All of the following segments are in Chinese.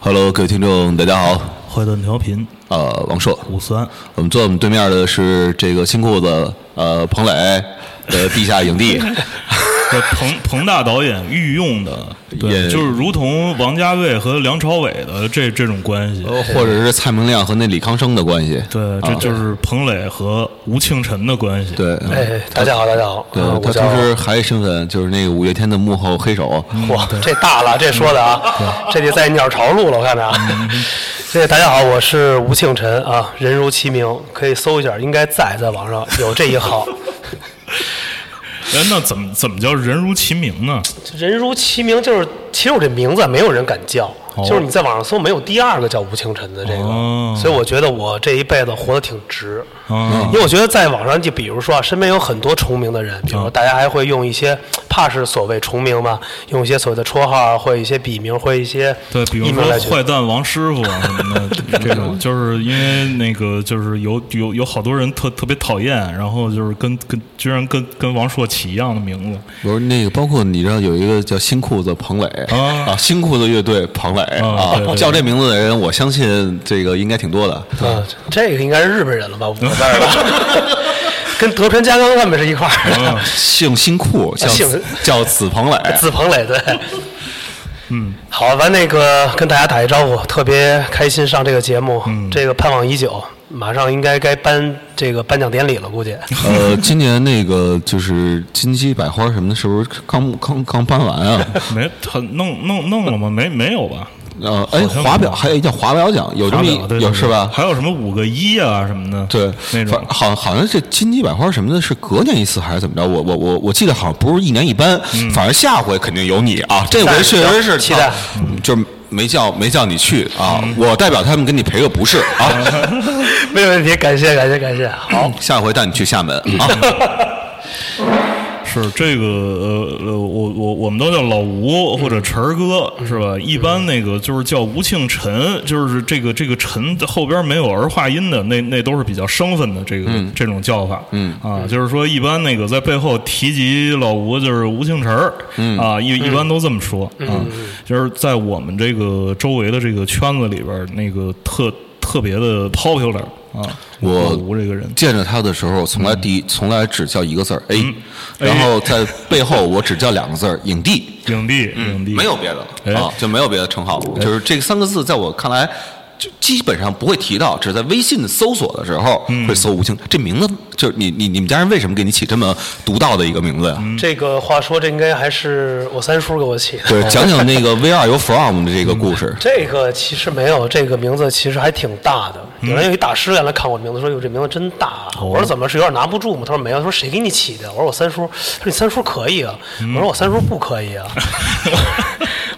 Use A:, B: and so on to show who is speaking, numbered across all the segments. A: Hello，各位听众，大家好，
B: 坏蛋调频
A: 呃，王硕，
B: 五三，
A: 我们坐我们对面的是这个新裤子，呃，彭磊 的地下影帝，
B: 这彭彭大导演御用的，
A: 也
B: 对，就是如同王家卫和梁朝伟的这这种关系，
A: 呃或者是蔡明亮和那李康生的关系，
B: 哦对，这就是彭磊和吴庆辰的关系，，
A: 对，嗯
C: 哎，大家好，大家好，
A: 对
C: 啊，我
A: 他
C: 叫
A: 同时还有身份就是那个五月天的幕后黑手，
C: 哇，这 大了，这说的啊，这得在鸟巢录了，我看着
A: 嗯
C: 啊。对，大家好，我是吴庆辰啊，人如其名，可以搜一下，应该在在网上有这一号。
B: 哎，那怎么怎么叫人如其名呢？
C: 人如其名就是，其实我这名字没有人敢叫，
B: 哦
C: 就是你在网上搜没有第二个叫吴庆辰的这个，
B: 哦
C: 所以我觉得我这一辈子活得挺值。
B: 啊
C: 因，为我觉得在网上，就比如说啊，身边有很多重名的
B: 哦
C: 人，比如说大家还会用一些，怕是所谓重名嘛，用一些所谓的绰号啊，或一些笔名，或一些
B: 对，比如
C: 艺名
B: 说
C: 来取
B: 坏蛋王师傅啊什么的这种，就是因为那个就是有有有好多人特特别讨厌，然后就是跟跟居然跟跟王朔起一样的名字，
A: 不是那个，包括你知道有一个叫新裤子彭磊
B: 啊
A: 啊，新裤子乐队彭磊
B: 啊对对
A: 啊，
B: 对
A: 叫这名字的人，我相信这个应该挺多的，
C: 嗯，这个应该是日本人了吧？我在这 儿吧，跟德川家康他们是一块
B: 哦
C: 儿
B: 啊
C: 的。
A: 姓新裤叫
C: 姓
A: 叫子彭磊，
C: 子鹏磊对，嗯，好，咱那个跟大家打一招呼，特别开心上这个节目，这个盼望已久，马上应该该颁这个颁奖典礼了，估计。
A: 呃，今年那个就是金鸡百花什么的，是不是刚刚刚搬完啊？
B: 没他弄弄弄了吗？没没有吧？
A: 呃，哎，
B: 好像
A: 华表还有叫华表奖，有这么一
B: 发表对对
A: 有
B: 对
A: 是吧？
B: 还有什么五个一啊什么的，
A: 对，
B: 那种
A: 反好，好像是金鸡百花什么的，是隔年一次还是怎么着？我我我我记得好像不是一年一班，反正下回肯定有你啊！这回
C: 待
A: 确实是
C: 期待
A: 啊就是没叫没叫你去啊！我代表他们跟你赔个不是啊！
C: 没有问题，感谢感谢感谢。好，
A: 下回带你去厦门啊！
B: 是这个呃呃，我我我们都叫老吴或者晨儿哥是吧？一般那个就是叫吴庆辰，就是这个这个辰后边没有儿化音的，那那都是比较生分的这个、这种叫法。嗯啊，就是说一般那个在背后提及老吴就是吴庆辰儿，啊一一般都这么说啊，就是在我们这个周围的这个圈子里边儿，那个特特别的 popular 啊，
A: 我
B: 老吴这个人。
A: 见着他的时候，从来第一、从来只叫一个字儿嗯 A，、
B: 哎
A: 然后在背后我只叫两个字儿影帝，
B: 影帝，影帝
A: 没有别的、
B: 哎
A: 啊，就没有别的称号，就是这三个字在我看来。就基本上不会提到，只是在微信搜索的时候会搜吴清。这名字就是你你你们家人为什么给你起这么独到的一个名字呀、
C: 这个话说，这应该还是我三叔给我起的。
A: 对，讲讲那个 V 二由 From 的这个故事。
C: 这个其实没有，这个名字其实还挺大的。
B: 嗯
C: 有人有一大师原来看我名字，说：“哟，这名字真大、啊。
B: 哦
C: 我说：“怎么是有点拿不住吗？”他说：“没有。”他说：“谁给你起的？”我说：“我三叔。”他说：“你三叔可以啊。
B: 嗯
C: 我说：“我三叔不可以啊。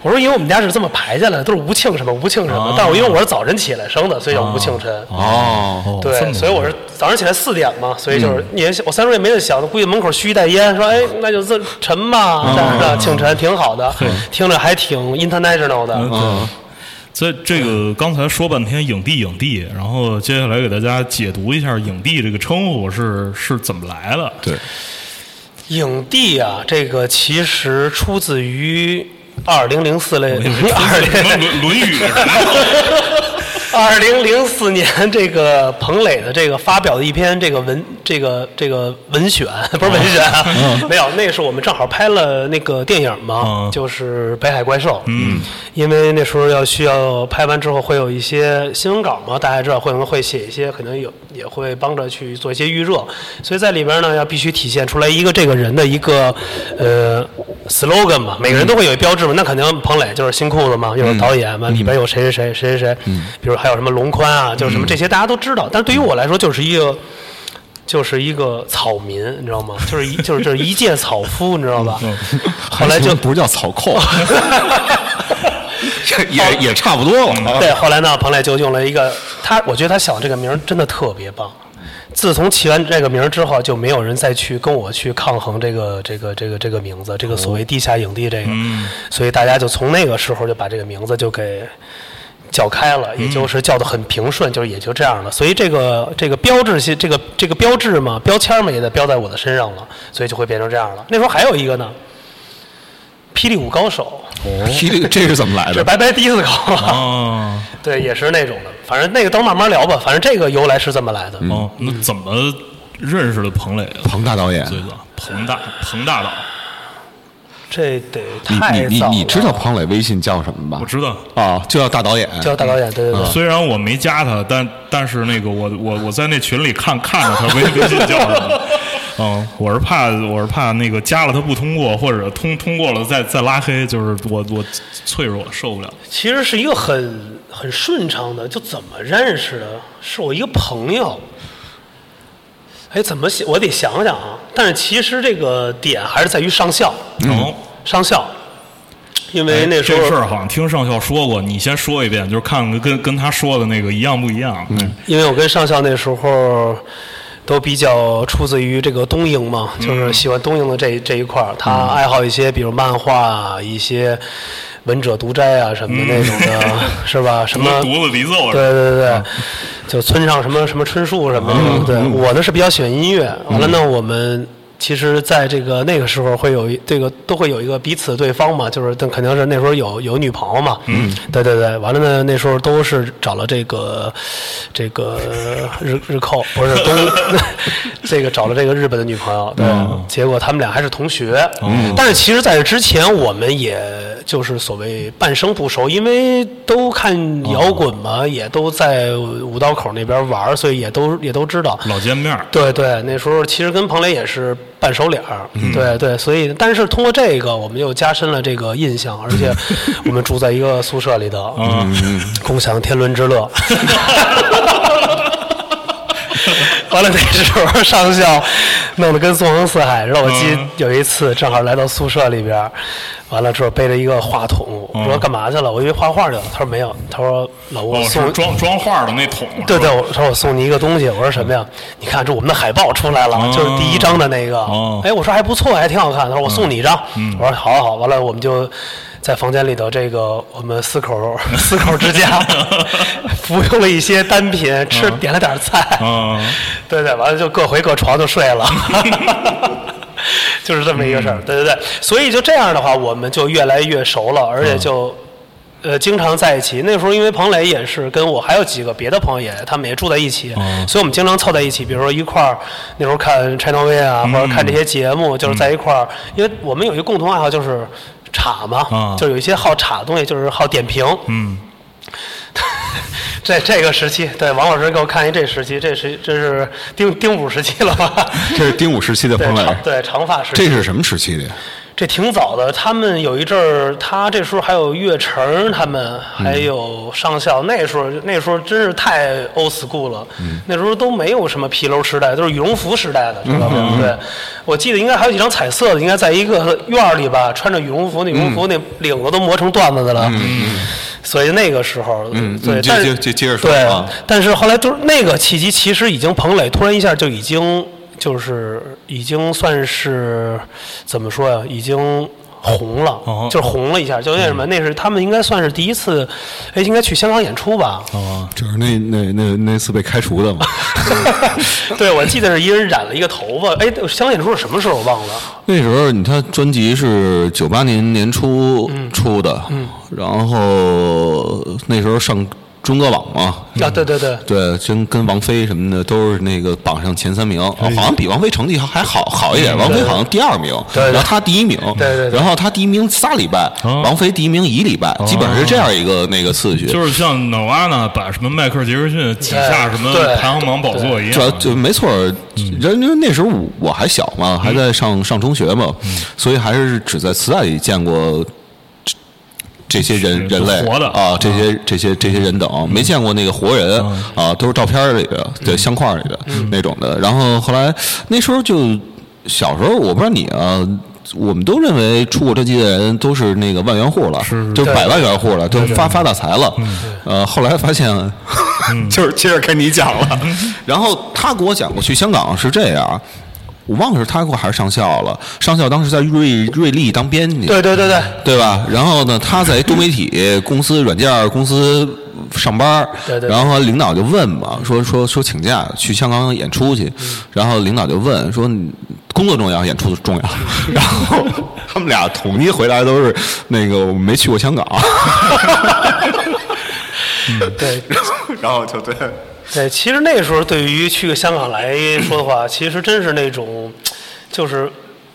C: 我说：“因为我们家是这么排下来的，都是吴庆什么吴庆什
B: 哦
C: 么。但我因为我是早晨起来生的，所以叫吴庆辰。
A: 哦，
B: 这么嗯
C: 对，所以我是早上起来四点嘛，所以就是也我三叔也没得想，估计门口蓄一袋烟，说哎，那就这晨吧，
B: 哦
C: 这样的庆晨挺好的，听着还挺 international 的。
B: 嗯，这这个刚才说半天影帝影帝，然后接下来给大家解读一下影帝这个称呼是是怎么来的。
A: 对，
C: 影帝啊，这个其实出自于二零零四类二
B: 什么《
C: 零
B: 论论语》啊什
C: 二零零四年这个彭磊的这个发表的一篇这个文这个这个文选不是文选啊，没有，那是我们正好拍了那个电影嘛
B: 嗯，
C: 就是《北海怪兽》。嗯，因为那时候要需要拍完之后会有一些新闻稿嘛，大家知道会可能会写一些，可能有也会帮着去做一些预热，所以在里边呢要必须体现出来一个这个人的一个呃 slogan 嘛，每个人都会有一标志嘛，那肯定彭磊就是新裤子嘛，又是导演嘛，里边有谁谁谁谁谁谁，比如还有什么龙宽啊，就是什么这些大家都知道，但是对于我来说就是一个。就是一个草民，你知道吗？就是一就是就是一介草夫，你知道吧？ 后来就
A: 不是叫草 寇，也也也差不多了。
C: 对，后来呢，彭磊就用了一个他，我觉得他想这个名儿真的特别棒。自从起完这个名儿之后，就没有人再去跟我去抗衡这个这个这个这个名字，这个所谓地下影帝这个，所以大家就从那个时候就把这个名字就给叫开了，也就是叫的很平顺，就是也就这样了。所以这个这个标志性，这个这个标志嘛，标签儿嘛，也得标在我的身上了，所以就会变成这样了。那时候还有一个呢，霹雳舞高手，
A: 霹雳 这是怎么来
C: 是
A: 的？
C: 白白迪斯科，
B: 啊，
C: 对，也是那种的。反正那个等慢慢聊吧，反正这个由来是这么来的。
A: 嗯
B: 哦，那怎么认识的彭磊的？
A: 彭大导演，
B: 最早彭大彭大导，
C: 这得
A: 你
C: 太
A: 你你
C: 早
A: 你
C: 了
A: 知道彭磊微信叫什么吧
B: 我？知道。
A: 啊，就叫大导演。
C: 叫大导演，对对
A: 嗯
C: 对。
B: 虽然我没加他，但但是那个我我我在那群里看看着他微微信叫什么，嗯，我是怕我是怕那个加了他不通过，或者通通过了再再拉黑，就是我我脆弱受不了。
C: 其实是一个很很顺畅的，就怎么认识的？是我一个朋友。哎，怎么想？我得想想啊。但是其实这个点还是在于上校，
B: 哦，
C: 上校，因
A: 哎
C: 为哎那时
B: 这
C: 候、
B: 事儿好像听上校说过，你先说一遍，就是看看跟跟他说的那个一样不一样。嗯，
C: 因为我跟上校那时候都比较出自于这个东营嘛，就是喜欢东营的这一这一块儿。他爱好一些，比如漫画、啊、一些文者读斋啊什么的那种的，是吧？啊什
B: 什
C: 么
B: 么犊子离奏
C: 对对对，就村上什么什么春树什么的。对我呢是比较喜欢音乐，完了呢我们。其实，在这个那个时候，会有一这个都会有一个彼此对方嘛，就是但肯定是那时候有有女朋友嘛，嗯，对对对，完了呢，那时候都是找了这个这个日日寇，不是东 这个找了这个日本的女朋友，对，结果他们俩还是同学，嗯，但是其实在这之前，我们也就是所谓半生不熟，因为都看摇滚嘛，也都在五道口那边玩儿，所以也都也都知道，
B: 老见面儿，
C: 对对，那时候其实跟彭磊也是半熟脸儿，
B: 嗯
C: 对对，所以但是通过这个，我们又加深了这个印象，而 且我们住在一个宿舍里头，
B: 嗯
C: 共享天伦之 乐。完了那时候上校弄得跟纵横四海似的。我记得
B: 嗯
C: 有一次正好来到宿舍里边儿，完了之后背着一个话筒，我说干嘛去了？我以为画画去了。他说没有，他说老吴我
B: 嗯哦，
C: 送
B: 是装装画的那桶。
C: 对
B: 是吧
C: 对，，我说我送你一个东西，我说什么呀？你看这我们的海报出来了，
B: 哦
C: 就是第一张的那个。
B: 哦嗯
C: 哎，我说还不错，还挺好看。他说我送你一张。我说好啊好，完了我们就在房间里头，这个我们四口四口之 家服用了一些单品，吃点了点菜。
B: 嗯，
C: 对对，完了就各回各床就睡了。 就是这么一个事儿，对对对，所以就这样的话，我们就越来越熟了，而且就，呃，经常在一起。那时候因为彭磊也是跟我还有几个别的朋友也，他们也住在一起，
B: 哦
C: 所以我们经常凑在一起，比如说一块儿那时候看 China V 啊，或者看这些节目，就是在一块儿，因为我们有一个共同爱好就是茶嘛，
B: 啊
C: 就有一些好茶的东西，就是好点评，
B: 嗯，
C: 这这个时期，对王老师给我看一这时期，这时这是丁丁补时期了吧？
A: 这是丁武时期的
C: 对
A: 彭磊
C: 长，对长发时期，
A: 这是什么时期的呀？
C: 这挺早的。他们有一阵儿，他这时候还有岳成，他们
A: 嗯
C: 还有上校，那时候那时候真是太 old school 了。
A: 嗯
C: 那时候都没有什么皮褛时代，都是羽绒服时代的，知道
A: 嗯
C: 吗？对，我记得应该还有几张彩色的，应该在一个院儿里吧，穿着羽绒服，那羽
A: 嗯
C: 绒服那领子都磨成段子的了。所以那个时候，
A: 嗯
C: 对
A: 嗯，接
C: 但
A: 接
C: 是
A: 接接着说
C: 对
A: 啊
C: 但是后来就是那个契机，其实已经彭磊突然一下就已经就是已经算是怎么说呀、已经红了，
B: 哦
C: 就是红了一下，就那什么，那是他们应该算是第一次，哎，应该去香港演出吧？
B: 哦，
A: 就是那那那那次被开除的 嘛，
C: 对，我记得是一人染了一个头发，哎，香港演出是什么时候我忘了，
A: 那时候你他专辑是九八年年初
C: 嗯
A: 出的，然后那时候上中歌网嘛，
C: 啊，对对对。
A: 对，跟跟王菲什么的都是那个榜上前三名，
B: 哎
A: 啊好像比王菲成绩还还好好一
B: 嗯
A: 点。王菲好像第二名，
C: 对对
A: 然后她第一名，
C: 对对对
A: 然后她第一名仨礼拜，
B: 哦
A: 王菲第一名一礼拜，基本上是这样一个那个次序。
B: 就是像 Nirvana 把什么迈克尔·杰克逊挤下什么
C: 对
B: 排行榜宝座一
A: 主要
B: 样。嗯
A: 就没错儿，人因为那时候我我还小嘛，还在上上中学嘛，
B: 嗯
A: 所以还是只在磁带里见过这这些人
B: 是
A: 人类
B: 活的
A: 啊，这些这些这些人等，没见过那个活人啊，都是照片儿里的对相框儿里的那种的。然后后来那时候就小时候，我不知道你啊。我们都认为出过专辑的人都是那个万元户了，就是百万元户了，就发发大财了。呃，后来发现， 就是接着跟你讲了。 然后他给我讲过，去香港是这样，我忘了是他给我还是上校了。上校当时在瑞瑞丽当编辑，
C: 对对对对，
A: 对吧？然后呢，他在多媒体公司、软件公司上班儿
C: 对对对
A: 然后领导就问嘛，说说说请假去香港演出去，然后领导就问说你工作重要，演出重要。 然后他们俩统一回答都是那个我们没去过香港，
C: 对
A: 然后就对，
C: 对，其实那时候对于去个香港来说 的话，其实真是那种，就是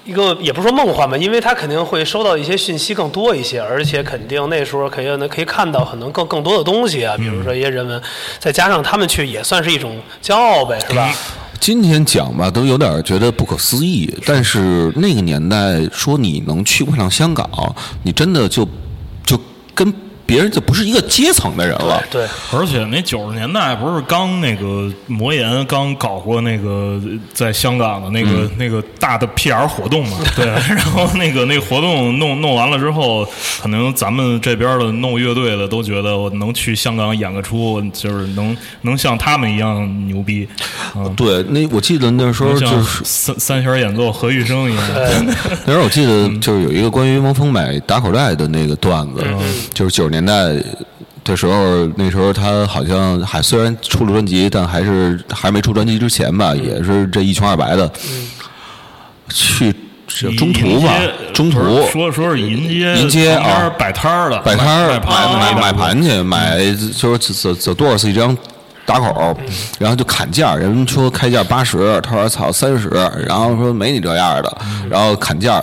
C: 一个也不是说梦幻吧，因为他肯定会收到一些讯息更多一些，而且肯定那时候可以能可以看到可能更更多的东西啊，
B: 嗯
C: 比如说一些人文，再加上他们去也算是一种骄傲呗，是吧？
A: 今天讲吧，都有点觉得不可思议。但是那个年代说你能去过趟香港，你真的就就跟别人就不是一个阶层的人了。
C: 对，
B: 而且那九十年代不是刚那个魔岩刚搞过那个在香港的那个、
A: 嗯
B: 那个大的 PR 活动嘛？对，然后那个那个活动弄弄完了之后，可能咱们这边的弄乐队的都觉得我能去香港演个出，就是能能像他们一样牛逼，嗯，
A: 对，那我记得那时候就
B: 像
A: 是
B: 三三弦演奏何玉生一样，
A: 那时候我记得
B: 嗯
A: 就是有一个关于汪峰买打口袋的那个段子，就是九十年代的时候，那时候他好像还虽然出了专辑，但还是还没出专辑之前吧，
B: 嗯
A: 也是这一穷二白的，去是中途吧
B: 迎接，
A: 中途
B: 不是说说是迎接
A: 迎接
B: 旁边
A: 啊
B: 摆摊儿的
A: 摆摊儿啊买
B: 卖
A: 买买
B: 卖盘
A: 盘嗯去，买就是走走多少次一张打口，然后就砍价，人说开价八十，他说操三十，然后说没你这样的，然后砍价，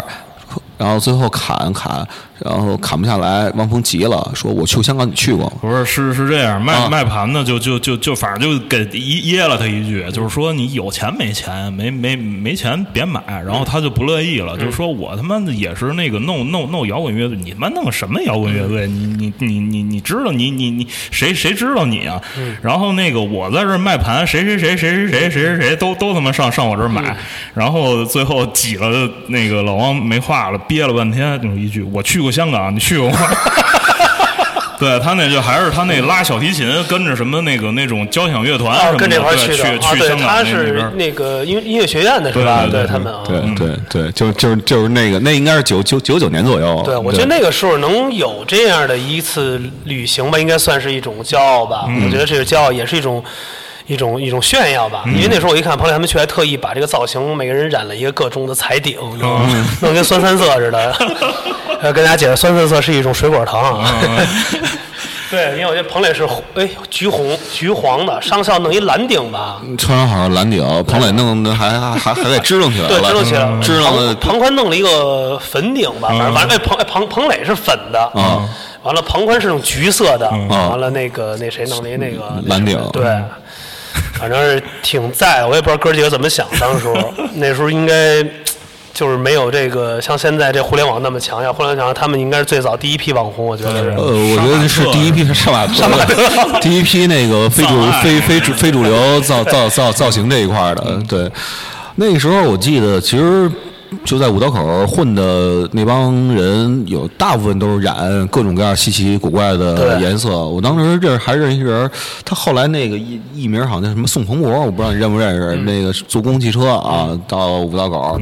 A: 然后最后砍砍，然后砍不下来，汪峰急了，说我去过香港，你去过吗？
B: 不是，是是这样，卖、
A: 啊
B: 卖盘的就就就就反正就给噎噎了他一句，就是说你有钱没钱，没没没钱别买，然后他就不乐意了，就是说我他妈的也是那个弄弄弄摇滚乐队，你他妈弄什么摇滚乐队？你你你你你知道你你你谁谁知道你啊？然后那个我在这儿卖盘，谁谁谁谁谁谁谁谁谁都都他妈上上我这儿买，然后最后挤了那个老王没话了，憋了半天，就一句我去过香港，你去过吗？ 对他那就还是他那拉小提琴，跟着什么那个那种交响乐团
C: 啊
B: 什，么
C: 跟这
B: 的，
C: 块儿
B: 对
C: 的
B: 去
C: 啊，
B: 去
C: 对，
B: 香
C: 他
B: 港那那边
C: 是
B: 儿。
C: 那个音音乐学院的是吧？
B: 对对对
C: 他们啊，
A: 对对对，就就是就是那个，那应该是九九九九年左右。
C: 对，我觉得那个时候能有这样的一次旅行吧，应该算是一种骄傲吧。我觉得这个骄傲也是一种。一种一种炫耀吧，因为那时候我一看朋友他们去，还特意把这个造型，每个人染了一个各种的彩顶， 弄得跟酸三色似的。呃，跟大家解释，酸三色是一种水果糖啊。 对，因为我觉得彭磊是红哎橘红橘黄的，上校弄一蓝顶吧，
A: 穿上好像蓝顶，彭磊弄的还还还还给支棱起来
C: 对，
A: 了，嗯
C: 支棱起来了。
A: 支棱
C: 庞
A: 的
C: 庞宽弄了一个粉顶吧，反正反正哎，庞哎庞庞磊是粉的
A: 嗯，
C: 完了庞宽是那种橘色的，
A: 啊
C: 完了那个那谁弄了一那个
A: 蓝嗯顶
C: 对。 反正是挺在，我也不知道哥几个怎么想。当时候那时候应该就是没有这个像现在这互联网那么强呀。互联网强，他们应该是最早第一批网红，我觉得是。
A: 呃，我觉得是第一批 杀马特，第一批那个非主
B: 造爱
A: 非非主非主流造造造造型这一块儿的，对。那个时候我记得，其实就在五道口儿混的那帮人，有大部分都是染各种各样稀奇古怪的
C: 对
A: 颜色。我当时认识还认识一人，他后来那个艺艺名好像叫什么宋鹏博，我不知道你认不认识。那个坐公共汽车啊，到五道口儿。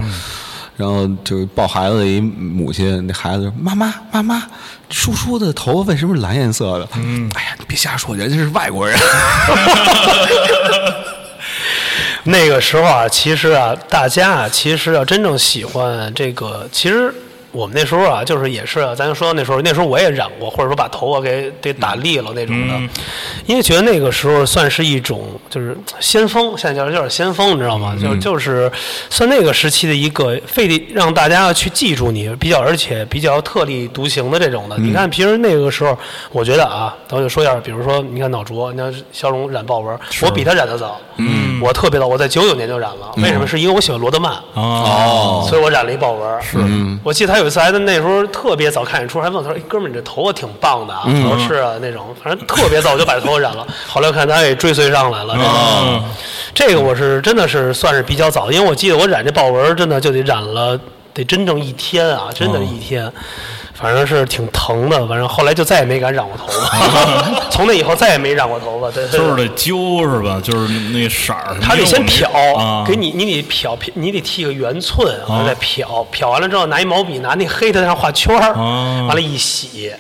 A: 然后就是抱孩子的一母亲，那孩子就说妈妈妈妈，叔叔的头发为什么是蓝颜色的？嗯，哎呀，你别瞎说，人家是外国人。
C: 那个时候啊，其实啊，大家啊，其实要、真正喜欢这个，其实我们那时候啊，就是也是、啊，咱就说那时候，那时候我也染过，或者说把头发给得打立了那种的，因为觉得那个时候算是一种就是先锋，现在叫有点先锋，你知道吗？就就是算那个时期的一个，非得让大家去记住你，比较而且比较特立独行的这种的。你看平时那个时候，我觉得啊，咱就说一下，比如说你看脑浊，你看肖荣染豹纹，我比他染的早，嗯，我特别早，我在九九年就染了，为什么？是因为我喜欢罗德曼。
B: 啊，
C: 所以我染了一豹纹。是，我记得他有一次还在那时候特别早看演出，还问我他说：“哎，哥们儿，你这头发挺棒的啊。”我说：“是啊，那种，反正特别早我就把头发染了。”后来我看他也追随上来
B: 嗯
C: 了。这个
B: 哦
C: 这个我是真的是算是比较早，因为我记得我染这豹纹真的就得染了，得真正一天啊，真的是一天。反正是挺疼的。反正后来就再也没敢染过头发，从那以后再也没染过头发。对，对
B: 就是得揪是吧？就是那色儿，
C: 他得先
B: 因为
C: 漂
B: 我没啊，，
C: 给你你得漂，漂你得剃个圆寸，完了再漂，漂完了之后拿一毛笔拿那黑的在上画圈儿，
B: 啊嗯
C: 完了一洗，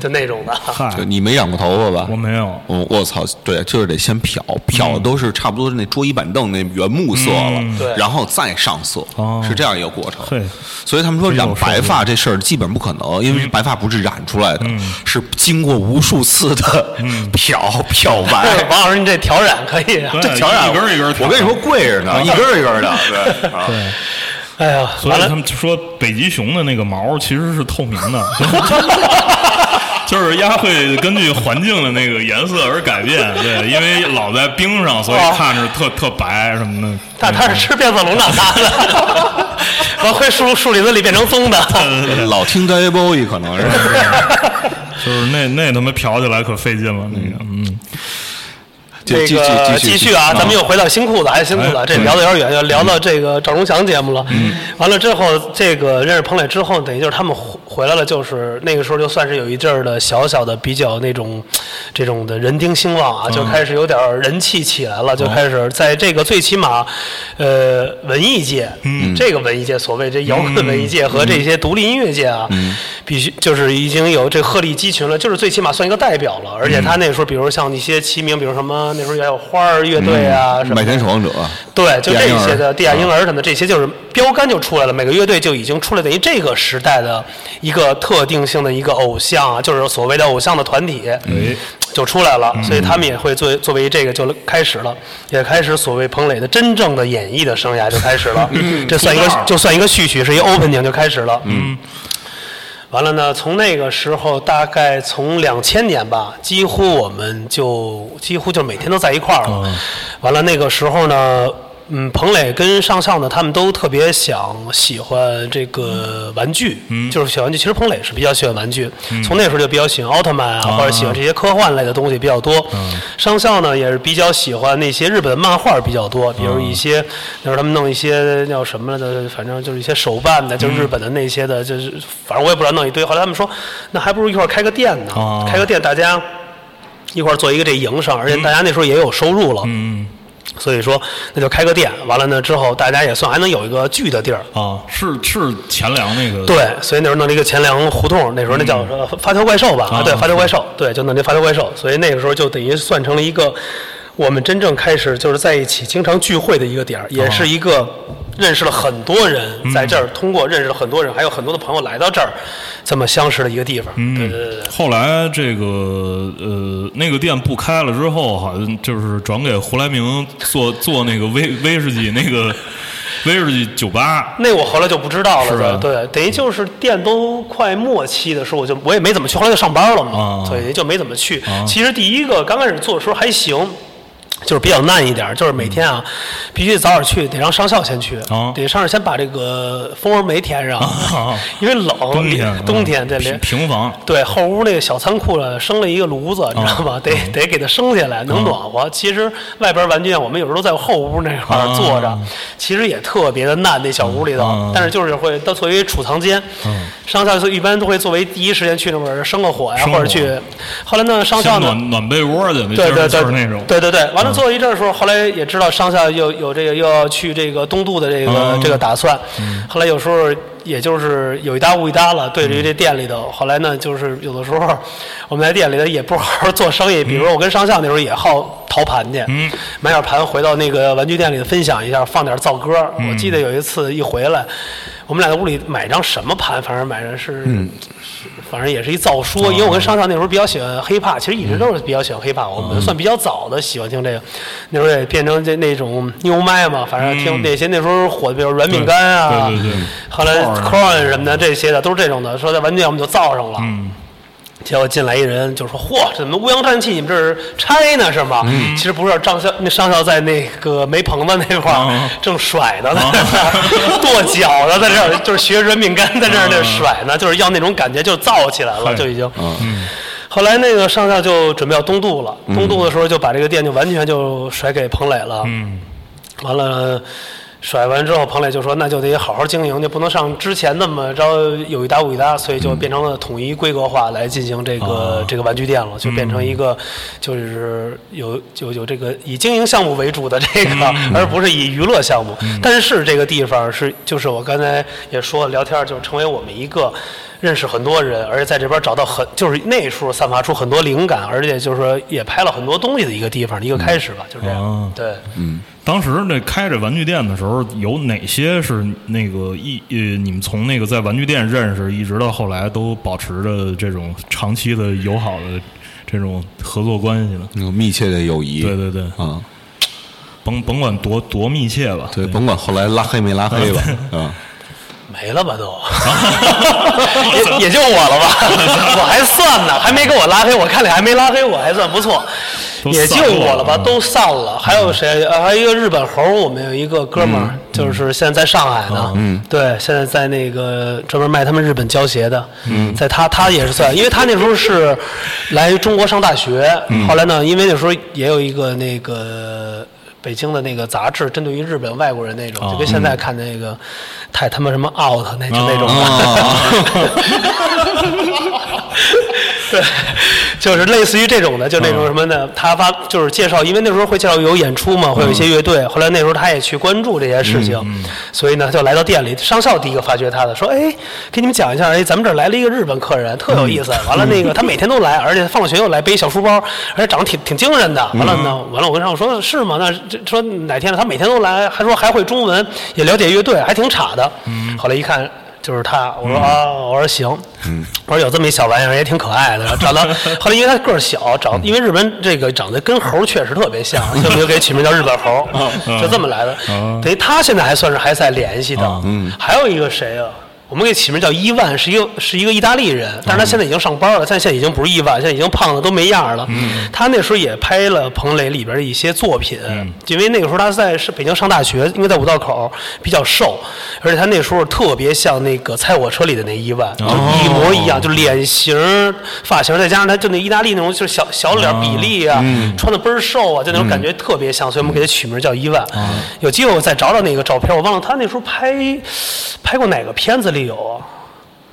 C: 就那种的。
B: 嗨，
A: 就你没染过头发吧？
B: 哎我嗯没有，
A: 嗯，我操，对，就是得先漂，漂都是差不多是那桌椅板凳那原木色了，
C: 对
A: 然后再上色，
B: 嗯哦
A: 是这样一个过程
B: 嘿。
A: 所以他们说
B: 真有
A: 染白发这事儿基本不可能，因为
B: 嗯
A: 白发不是染出来的，是经过无数次的漂漂
C: 对
A: 白。
C: 哎王老师，你这调染可以啊。
B: 嗯 对
A: 这挑染
B: 一根儿一根儿挑
A: 我
B: 啊
A: 跟你说贵着呢，一根儿一根儿 的。对啊，
C: 哎呀，
B: 所
C: 完
B: 以
C: 了
B: 他。们说北极熊的那个毛其实是透明 的， 就是鸭会根据环境的那个颜色而改变。对，因为老在冰上，所以
C: 哦
B: 看着特特白什么的。
C: 但他是吃变色龙长大的， 完回树树林子里变成棕的。
B: 嗯
A: 老听 David Bowie 可能是。
B: 就是那那他妈漂起来可费劲了，那个嗯，
A: 继
C: 这
A: 继
C: 个
A: 继
C: 续啊，咱们又回到新裤子，哎，新裤子
B: 哎
C: 这聊的有点远，要聊到这个赵忠祥节目了。完了之后，这个认识彭磊之后，等于就是他们回回来了，就是那个时候就算是有一阵儿的小小的比较那种这种的人丁兴旺啊，就开始有点儿人气起来了，就开始在这个最起码呃文艺界，这个文艺界所谓这摇滚文艺界和这些独立音乐界啊，必须就是已经有这鹤立鸡群了，就是最起码算一个代表了，而且他那时候比如像一些齐名，比如什么那时候也有花儿乐队啊，什么
A: 麦嗯田守望者，
C: 对，就
A: 地下
C: 这
A: 婴儿啊
C: 些的地下婴儿什么的，这些就是标杆就出来了。每个乐队就已经出来等于这个时代的一个特定性的一个偶像啊，就是所谓的偶像的团体，
B: 哎，
C: 就出来了。所以他们也会作为作为这个就开始了，也开始所谓彭磊的真正的演艺的生涯就开始了。这算嗯一个
B: 出道
C: 就算一个序曲，是一个 opening 就开始了。嗯。完了呢，从那个时候，大概从两千年吧，几乎我们就几乎就每天都在一块儿了。完了那个时候呢，嗯，彭磊跟上上呢，他们都特别想喜欢这个玩具，就是喜欢玩具。其实彭磊是比较喜欢玩具，从那时候就比较喜欢奥特曼嗯啊，或者喜欢这些科幻类的东西比较多。
B: 嗯
C: 上校呢也是比较喜欢那些日本漫画比较多，比如
B: 嗯
C: 一些，就是他们弄一些叫什么来着，反正就是一些手办的，就是日
B: 嗯
C: 本的那些的，就是反正我也不知道弄一堆。后来他们说，那还不如一块儿开个店呢，
B: 哦
C: 开个店大家一块儿做一个这营生，而且大家那时候也有收入了。
B: 嗯
C: 所以说，那就开个店，完了呢之后，大家也算还能有一个聚的地儿。
B: 啊，是是钱粮那个，
C: 对，所以那时候弄了一个钱粮胡同，那时候那叫呃发条怪兽吧？
B: 嗯啊
C: 对，发条怪兽，对，就弄这发条怪兽。所以那个时候就等于算成了一个我们真正开始就是在一起经常聚会的一个点儿，
B: 哦
C: 也是一个认识了很多人，在
B: 嗯
C: 这儿通过认识了很多人，还有很多的朋友来到这儿，这么相识的一个地方。
B: 嗯
C: 对对对对。
B: 后来这个呃，那个店不开了之后，好像就是转给胡来明做做那个 威威士忌那个威士忌酒吧。
C: 那我后来就不知道
B: 是吧
C: 了，对，等于就是店都快末期的时候，我就我也没怎么去，后来就上班了
B: 啊
C: 嘛，所以就没怎么去。其实第一个刚开始做的时候还行。就是比较慢一点儿，就是每天啊，必须早点去，得让上校先去，
B: 嗯啊
C: 得上校先把这个蜂窝煤填上，
B: 啊
C: 因为冷，
B: 冬天，
C: 冬天
B: 嗯
C: 这里
B: 平平房，
C: 对，后屋那个小仓库呢，生了一个炉子，你知道
B: 啊
C: 吗？得
B: 嗯
C: 得给它升下来，能暖和。其实外边玩具店，我们有时候在后屋那块
B: 啊
C: 儿坐着，其实也特别的难，那小屋里
B: 嗯
C: 头。但是就是会当作为储藏间，上校就一般都会作为第一时间去那边生个火呀，
B: 生
C: 或者
B: 火
C: 去。后来呢，上校
B: 像
C: 呢，
B: 暖暖被窝的，那
C: 对
B: 劲
C: 对
B: 儿
C: 对，
B: 就是那种。嗯
C: 对对对，完了做一阵儿的时候，后来也知道上下又有这个又要去这个东渡的这个、
B: 嗯嗯
C: 这个打算，后来有时候也就是有一搭无一搭了，对于这店里头，后来呢，就是有的时候我们在店里头也不好好做生意，比如说我跟上校那时候也好淘盘去，
B: 嗯
C: 买点盘回到那个玩具店里分享一下，放点儿燥歌儿。我
B: 嗯
C: 记得有一次一回来，我们俩在屋里买张什么盘，反正买的是，
B: 嗯
C: 是反正也是一燥
B: 哦
C: 说，因为我跟商场那时候比较喜欢黑
B: 嗯
C: 怕，其实一直都是比较喜欢黑怕，我们算比较早的喜欢听这个。那时候也变成这那种妞麦嘛，反正听那些那时候火的，比如软饼干啊，
B: 嗯对对对
C: 后来
B: Corn 啊
C: corn 什么的这些的都是这种的，说在玩具店我们就造上了。
B: 嗯
C: 结果进来一人就说：“嚯，这怎么乌泱瘴气？你们这是拆呢是吗？”
B: 嗯
C: 其实不是，张校那上校在那个煤棚子那块
B: 嗯
C: 儿 正甩呢，在那儿 跺脚呢，在这儿就是学软饼干，在这儿那甩呢，就是要那种感觉，就燥起来
B: 嗨
C: 了，就已经。嗯后来那个上校就准备要东渡了，东渡的时候就把这个店就完全就甩给彭磊了。完了，甩完之后，彭磊就说：“那就得好好经营，就不能像之前那么着有一搭无一搭，所以就变成了统一规格化来进行这个、
B: 啊
C: 这个玩具店了，就变成一个就是有有有这个以经营项目为主的这个， 而不是以娱乐项目。但是这个地方是就是我刚才也说了聊天，就是成为我们一个。”认识很多人，而且在这边找到很就是那时候散发出很多灵感，而且就是说也拍了很多东西的一个地方，一个开始吧，就这样。
B: 啊
C: 对，
B: 当时那开着玩具店的时候，有哪些是那个一呃，你们从那个在玩具店认识，一直到后来都保持着这种长期的友好的这种合作关系呢？
A: 那种密切的友谊，
B: 对对对，
A: 啊，
B: 甭甭管多多密切吧，
A: 对，甭管后来拉黑没拉黑吧，啊，
C: 没了吧都， 也也就我了吧，我 还算呢，还没给我拉黑，我看脸还没拉黑我，还算不错，
B: 都
C: 也就
B: 散了
C: 我了吧，
B: 嗯
C: 都散了。还有谁？啊还有一个日本猴，我们有一个哥们儿，就是现在在上海呢，嗯，对，现在在那个专门卖他们日本胶鞋的，嗯，在他他也是算，因为他那时候是来中国上大学，后来呢，因为那时候也有一个那个。北京的那个杂志，针对于日本外国人那种，就跟现在看那个太他妈什么 out 那就那种的，对， 就是类似于这种的，就那种什么的，他发就是介绍，因为那时候会介绍有演出嘛，会有一些乐队。后来那时候他也去关注这些事情， 所以呢，就来到店里。上校第一个发掘他的，说：“哎，给你们讲一下，哎，咱们这儿来了一个日本客人，特有意思。完了，那个他每天都来，而且放了学又来，背一小书包，而且长得挺挺精神的。完了呢，完了我跟上校说是吗？那这说哪天了？他每天都来，还说还会中文，也了解乐队，还挺差的。后来一看。”就是他，我说啊，我说行，我说有这么一小玩意儿也挺可爱的，长得后来因为他个儿小，长因为日本这个长得跟猴儿确实特别像，所以我就给取名叫日本猴儿，就这么来的。等于他现在还算是还在联系的，还有一个谁啊？我们给起名叫伊万，是一个是一个意大利人，但是他现在已经上班了，但现在已经不是伊万，现在已经胖的都没样儿了。他那时候也拍了彭磊里边的一些作品，因为那个时候他在是北京上大学，应该在五道口比较瘦，而且他那时候特别像那个《猜我车》里的那伊万，就
A: 哦
C: 一模一样，就脸型、发型，再加上他就那意大利那种就是小小脸比例啊，
A: 嗯
C: 穿的倍儿瘦啊，就那种感觉特别像，所以我们给他取名叫伊万。
A: 嗯
C: 有机会我再找找那个照片，我忘了他那时候拍拍过哪个片子里有啊？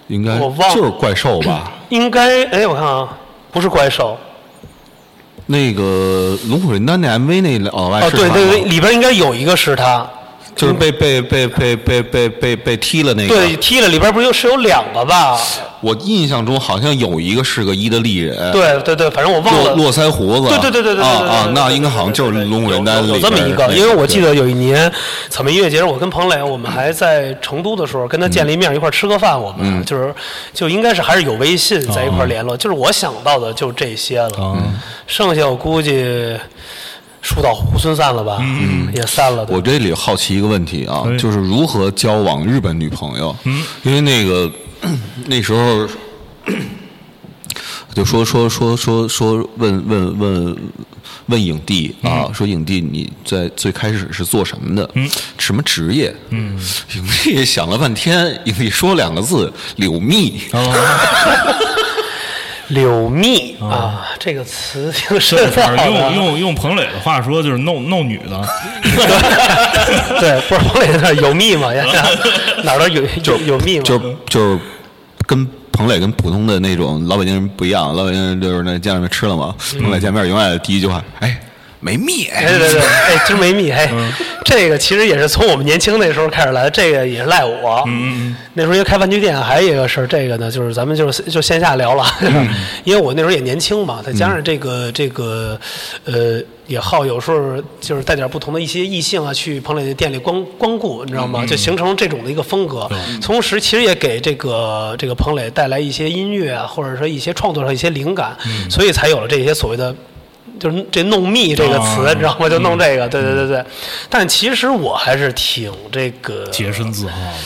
A: 应该
C: 我忘了
A: 就是怪兽吧？
C: 应该哎，我看啊，不是怪兽
A: 那个龙虎神丹那 MV 那老外
C: 哦，
A: 是
C: 对
A: 他
C: 对
A: 吗
C: 对，里边应该有一个是他。
A: 就是被被被被被被被被踢了那个。
C: 对，踢了里边不是有是有两个吧？
A: 我印象中好像有一个是个意大利人，
C: 对对对，反正我忘
A: 络
C: 了。
A: 络腮胡子。
C: 对对对对对对
A: 啊
C: 对
A: 啊
C: 对，
A: 那
C: 对
A: 应该好像就是
C: 对对对
A: 龙虎人丹里
C: 有有这么一
A: 边
C: 个
A: 那，
C: 因为我记得有一年草莓音乐节，我跟彭磊，我们还在成都的时候跟他
A: 嗯
C: 见了一面，一块儿吃个饭，我们啊就是就应该是还是有微信
A: 哦
C: 在一块儿联络，就是我想到的就这些了，剩下我估计树倒猢狲散了吧，也散了的。
A: 嗯我这里好奇一个问题啊
B: 哎，
A: 就是如何交往日本女朋友？因为那个那时候就说说说说说问问问问影帝啊，说影帝你在最开始是做什么的？什么职业？嗯，影帝想了半天，影帝说两个字：柳密。
C: 柳密
A: 哦
C: 啊，这个词挺深
B: 对，
C: 奥
B: 反正
C: 的
B: 用。用用彭磊的话说，就是弄弄女的，
C: 对，不是彭磊那儿有密嘛？啊哪儿都有有有密嘛？
A: 就是就是跟彭磊跟普通的那种老北京人不一样，老北京人就是那见了面吃了嘛，彭磊见面永远的第一句话，哎，没蜜，哎
C: 嗯哎，对对对，哎，真没密，嘿，这个其实也是从我们年轻那时候开始来的，这个也是赖我。嗯嗯那时候因为开玩具店，还有一个事儿，这个呢，就是咱们就是就线下聊了， 因为我那时候也年轻嘛，再加上这个这个呃。也好，有时候就是带点不同的一些异性啊，去彭磊的店里光光顾，你知道吗？就形成这种的一个风格。同时，其实也给这个这个彭磊带来一些音乐啊，或者说一些创作上一些灵感，所以才有了这些所谓的就是这“弄蜜”这个词，
B: 啊
C: 你知道吗？就弄这个，对对
B: 嗯
C: 对对。但其实我还是挺这个，
B: 洁身自好的。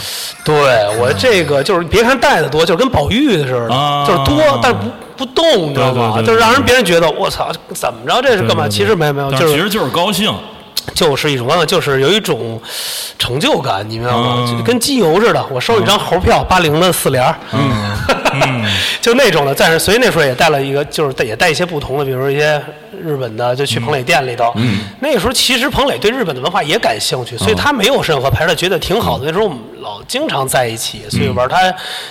C: 对我这个就是别看带的多，就是跟宝玉似的，
B: 啊
C: 就是多，但是不不动，你知道吗？
B: 对对对对
C: 就是让人别人觉得我操，怎么着这是干
B: 对
C: 嘛？
B: 对对
C: 其实没有没有，
B: 但
C: 就是
B: 其实就是高兴，
C: 就是一种，往往就是有一种成就感，你明白吗？
B: 嗯
C: 就跟集邮似的，我收一张猴票，八零的四联儿，
B: 啊
C: 嗯，就那种的。但是所以那时候也带了一个，就是带也带一些不同的，比如说一些日本的，就去彭磊店里头。嗯，那时候其实彭磊对日本的文化也感兴趣，所以他没有申花牌，他觉得挺好的。那时候我们老经常在一起，所以玩他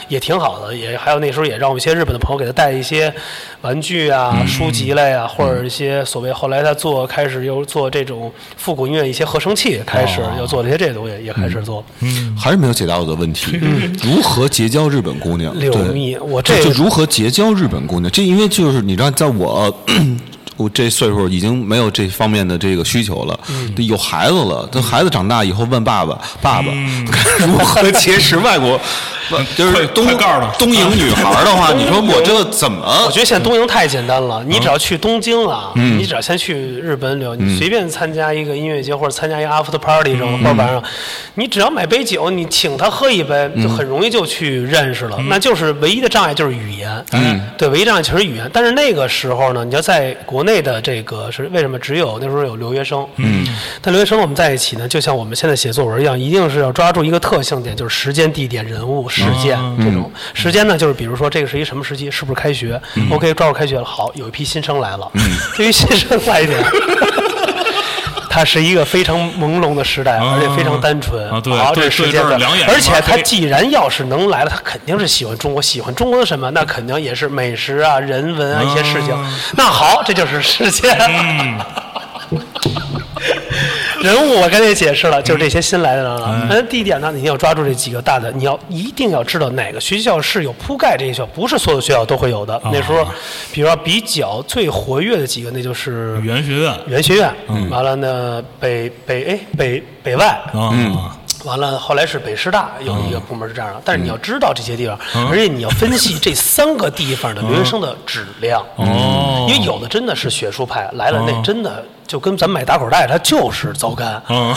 C: 也挺好的。也还有那时候也让我们一些日本的朋友给他带一些玩具啊、书籍类啊，或者一些所谓后来他做开始又做这种复古音乐一些合成器，开始又做了一些这东西，也开始做。
A: 还是没有解答我的问题， 如何结交日本姑娘？
C: 柳
A: 对
C: 密我这
A: 就如何结交日本姑娘？这因为就是你知道，在我。我这岁数已经没有这方面的这个需求了，有孩子了。等孩子长大以后，问爸爸：“爸爸， 如何结识外国？就是
B: 快
A: 东
B: 快告诉我
A: 东瀛女孩的话，你说我这怎么
C: 我觉得现在东营太简单了，你只要去东京啊，你只要先去日本旅游，你随便参加一个音乐节或者参加一个 after party 这种或者晚上，你只要买杯酒，你请他喝一杯，就很容易就去认识了。那就是唯一的障碍就是语言，对，唯一障碍其实语言。但是那个时候呢，你要在国内的这个是为什么只有那时候有留学生，嗯，但留学生我们在一起呢，就像我们现在写作文一样，一定是要抓住一个特性点，就是时间、地点、人物、事件
B: 啊
C: 这
B: 嗯
C: 种。时间呢，就是比如说这个是一什么时期，是不是开学？OK，抓住开学了，好，有一批新生来了。
B: 嗯
C: 对于新生来讲。 它是一个非常朦胧的时代，
B: 啊
C: 而且非常单纯。
B: 啊对
C: 好，
B: 对
C: 这是时
B: 对
C: 间
B: 这
C: 的
B: 是两眼，
C: 而且
B: 一抹
C: 它
B: 黑
C: 既然要是能来了，他肯定是喜欢中国，喜欢中国的什么？那肯定也是美食啊、人文啊一些事情。那好，这就是世界。
B: 嗯
C: 人物我刚才也解释了，就是这些新来的人了。那、地点呢？你要抓住这几个大的，你要一定要知道哪个学校是有铺盖这些学校，不是所有学校都会有的。那时候，比如说比较最活跃的几个，那就是
B: 语言学院
C: 原学院，完了呢北北哎北北外，
B: 啊，
C: 完了，后来是北师大有一个部门是这样的，但是你要知道这些地方，而且你要分析这三个地方的留学生的质量，
B: 哦
C: 嗯因为有的真的是学术派来了，那真的就跟咱们买打口袋，他就是糟干，
B: 嗯，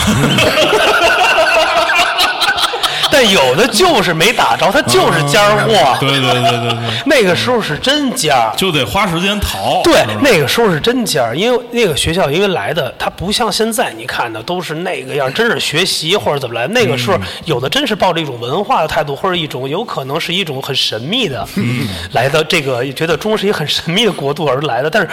C: 但有的就是没打着，他就是尖儿货，
B: 嗯 对对对对对，
C: 那个时候是真尖儿。
B: 就得花时间淘。
C: 对
B: 是吧，
C: 那个时候是真尖儿，因为那个学校因为来的，它不像现在你看的都是那个样，真是学习或者怎么来。那个时候
B: 嗯
C: 有的真是抱着一种文化的态度，或者一种有可能是一种很神秘的，
B: 嗯
C: 来到这个觉得中国是一个很神秘的国度而来的，但是。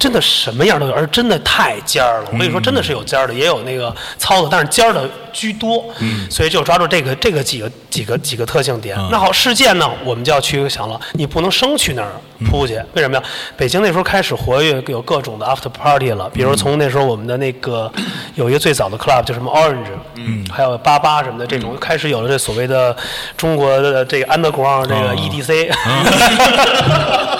C: 真的什么样都有，而真的太尖儿了。我跟你说，真的是有尖儿的，也有那个糙的，但是尖儿的居多。嗯，所以就抓住这个这个几个几个几个特性点。那好，事件呢，我们就要去想了，你不能生去那儿扑去，为什么呀？北京那时候开始活跃有各种的 after party 了，比如从那时候我们的那个有一个最早的 club 就什么 Orange，嗯，还有八八什么的这种，开始有了这所谓的中国的这个 underground 这个 E EDC。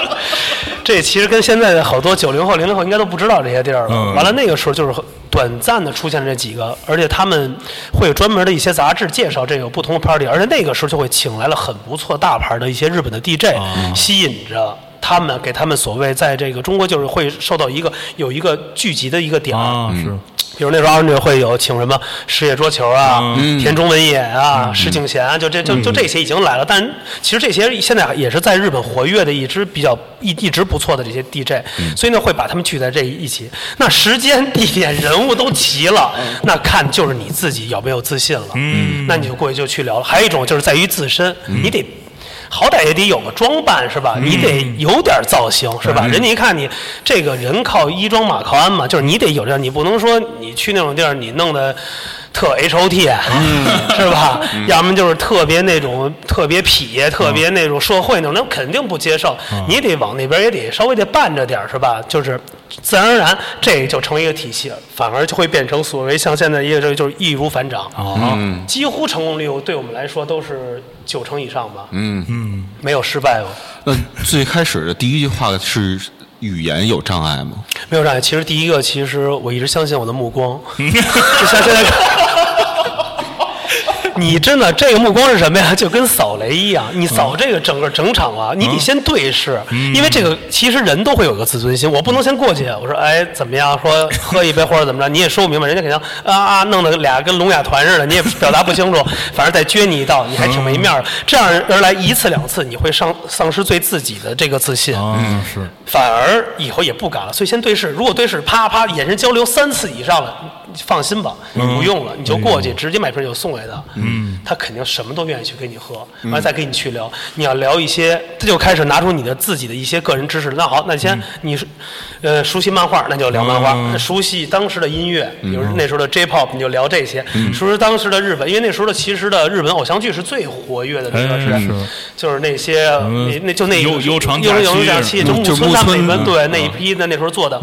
C: 这其实跟现在的好多九零后、零零后应该都不知道这些地儿了。
B: 嗯
C: 完了，那个时候就是短暂的出现了这几个，而且他们会有专门的一些杂志介绍这个不同的 party，而且那个时候就会请来了很不错大牌的一些日本的 DJ，、吸引着。他们给他们所谓在这个中国就是会受到一个有一个聚集的一个点儿
B: 啊是，
C: 比如那时候奥运会有请什么石野桌球啊、田中文也啊、石井贤啊，就这就就这些已经来了。但其实这些现在也是在日本活跃的一支比较一一直不错的这些 DJ，所以呢会把他们聚在这一起。那时间、地点、人物都齐了，那看就是你自己有没有自信了。那你就过去就去聊了。还有一种就是在于自身，你得。好歹也得有个装扮是吧？你得有点造型是吧？人家一看你这个人靠衣装马靠鞍嘛，就是你得有这样，你不能说你去那种地儿你弄得特 H O T，是啊 吧？要么就是特别那种特别痞、特别那种社会那种，那肯定不接受。你得往那边也得稍微得伴着点儿是吧？就是自然而然这就成为一个体系了，反而就会变成所谓像现在一个就是易如反掌。
B: 啊，
C: 几乎成功率对我们来说都是九成以上吧，
A: 嗯
C: 嗯，没有失败过，
A: 那最开始的第一句话是语言有障碍吗？
C: 没有障碍。其实第一个，其实我一直相信我的目光， 就像现在，你真的这个目光是什么呀？就跟扫雷一样，你扫这个整个整场啊，你得先对视，因为这个其实人都会有一个自尊心，我不能先过去，我说哎怎么样，说喝一杯或者怎么着，你也说不明白，人家肯定啊啊弄得俩跟聋哑团似的，你也表达不清楚，反正再撅你一道，你还挺没面儿的。这样而来一次两次，你会丧丧失对自己的这个自信。
B: 啊是，
C: 反而以后也不敢了，所以先对视。如果对视，啪啪眼神交流三次以上了，放心吧，你不用了，你就过去直接买瓶酒送给他，
B: 嗯，
C: 他肯定什么都愿意去跟你喝，完了再跟你去聊。你要聊一些，他就开始拿出你的自己的一些个人知识。那好，那先你是，呃，熟悉漫画，那就聊漫画；
B: 嗯
C: 熟悉当时的音乐，比如那时候的 J-pop，你就聊这些；
B: 嗯
C: 熟悉当时的日本，因为那时候的其实的日本偶像剧是最活跃的，那个
B: 哎是
C: 就是那些
B: 嗯
C: 那那就那
B: 悠悠长假
C: 悠悠
B: 期
C: 假期，
B: 嗯
C: 就木
A: 就
C: 村
A: 木
C: 他们
A: 村
C: 那
A: 嗯
C: 边对那一批的那时候做的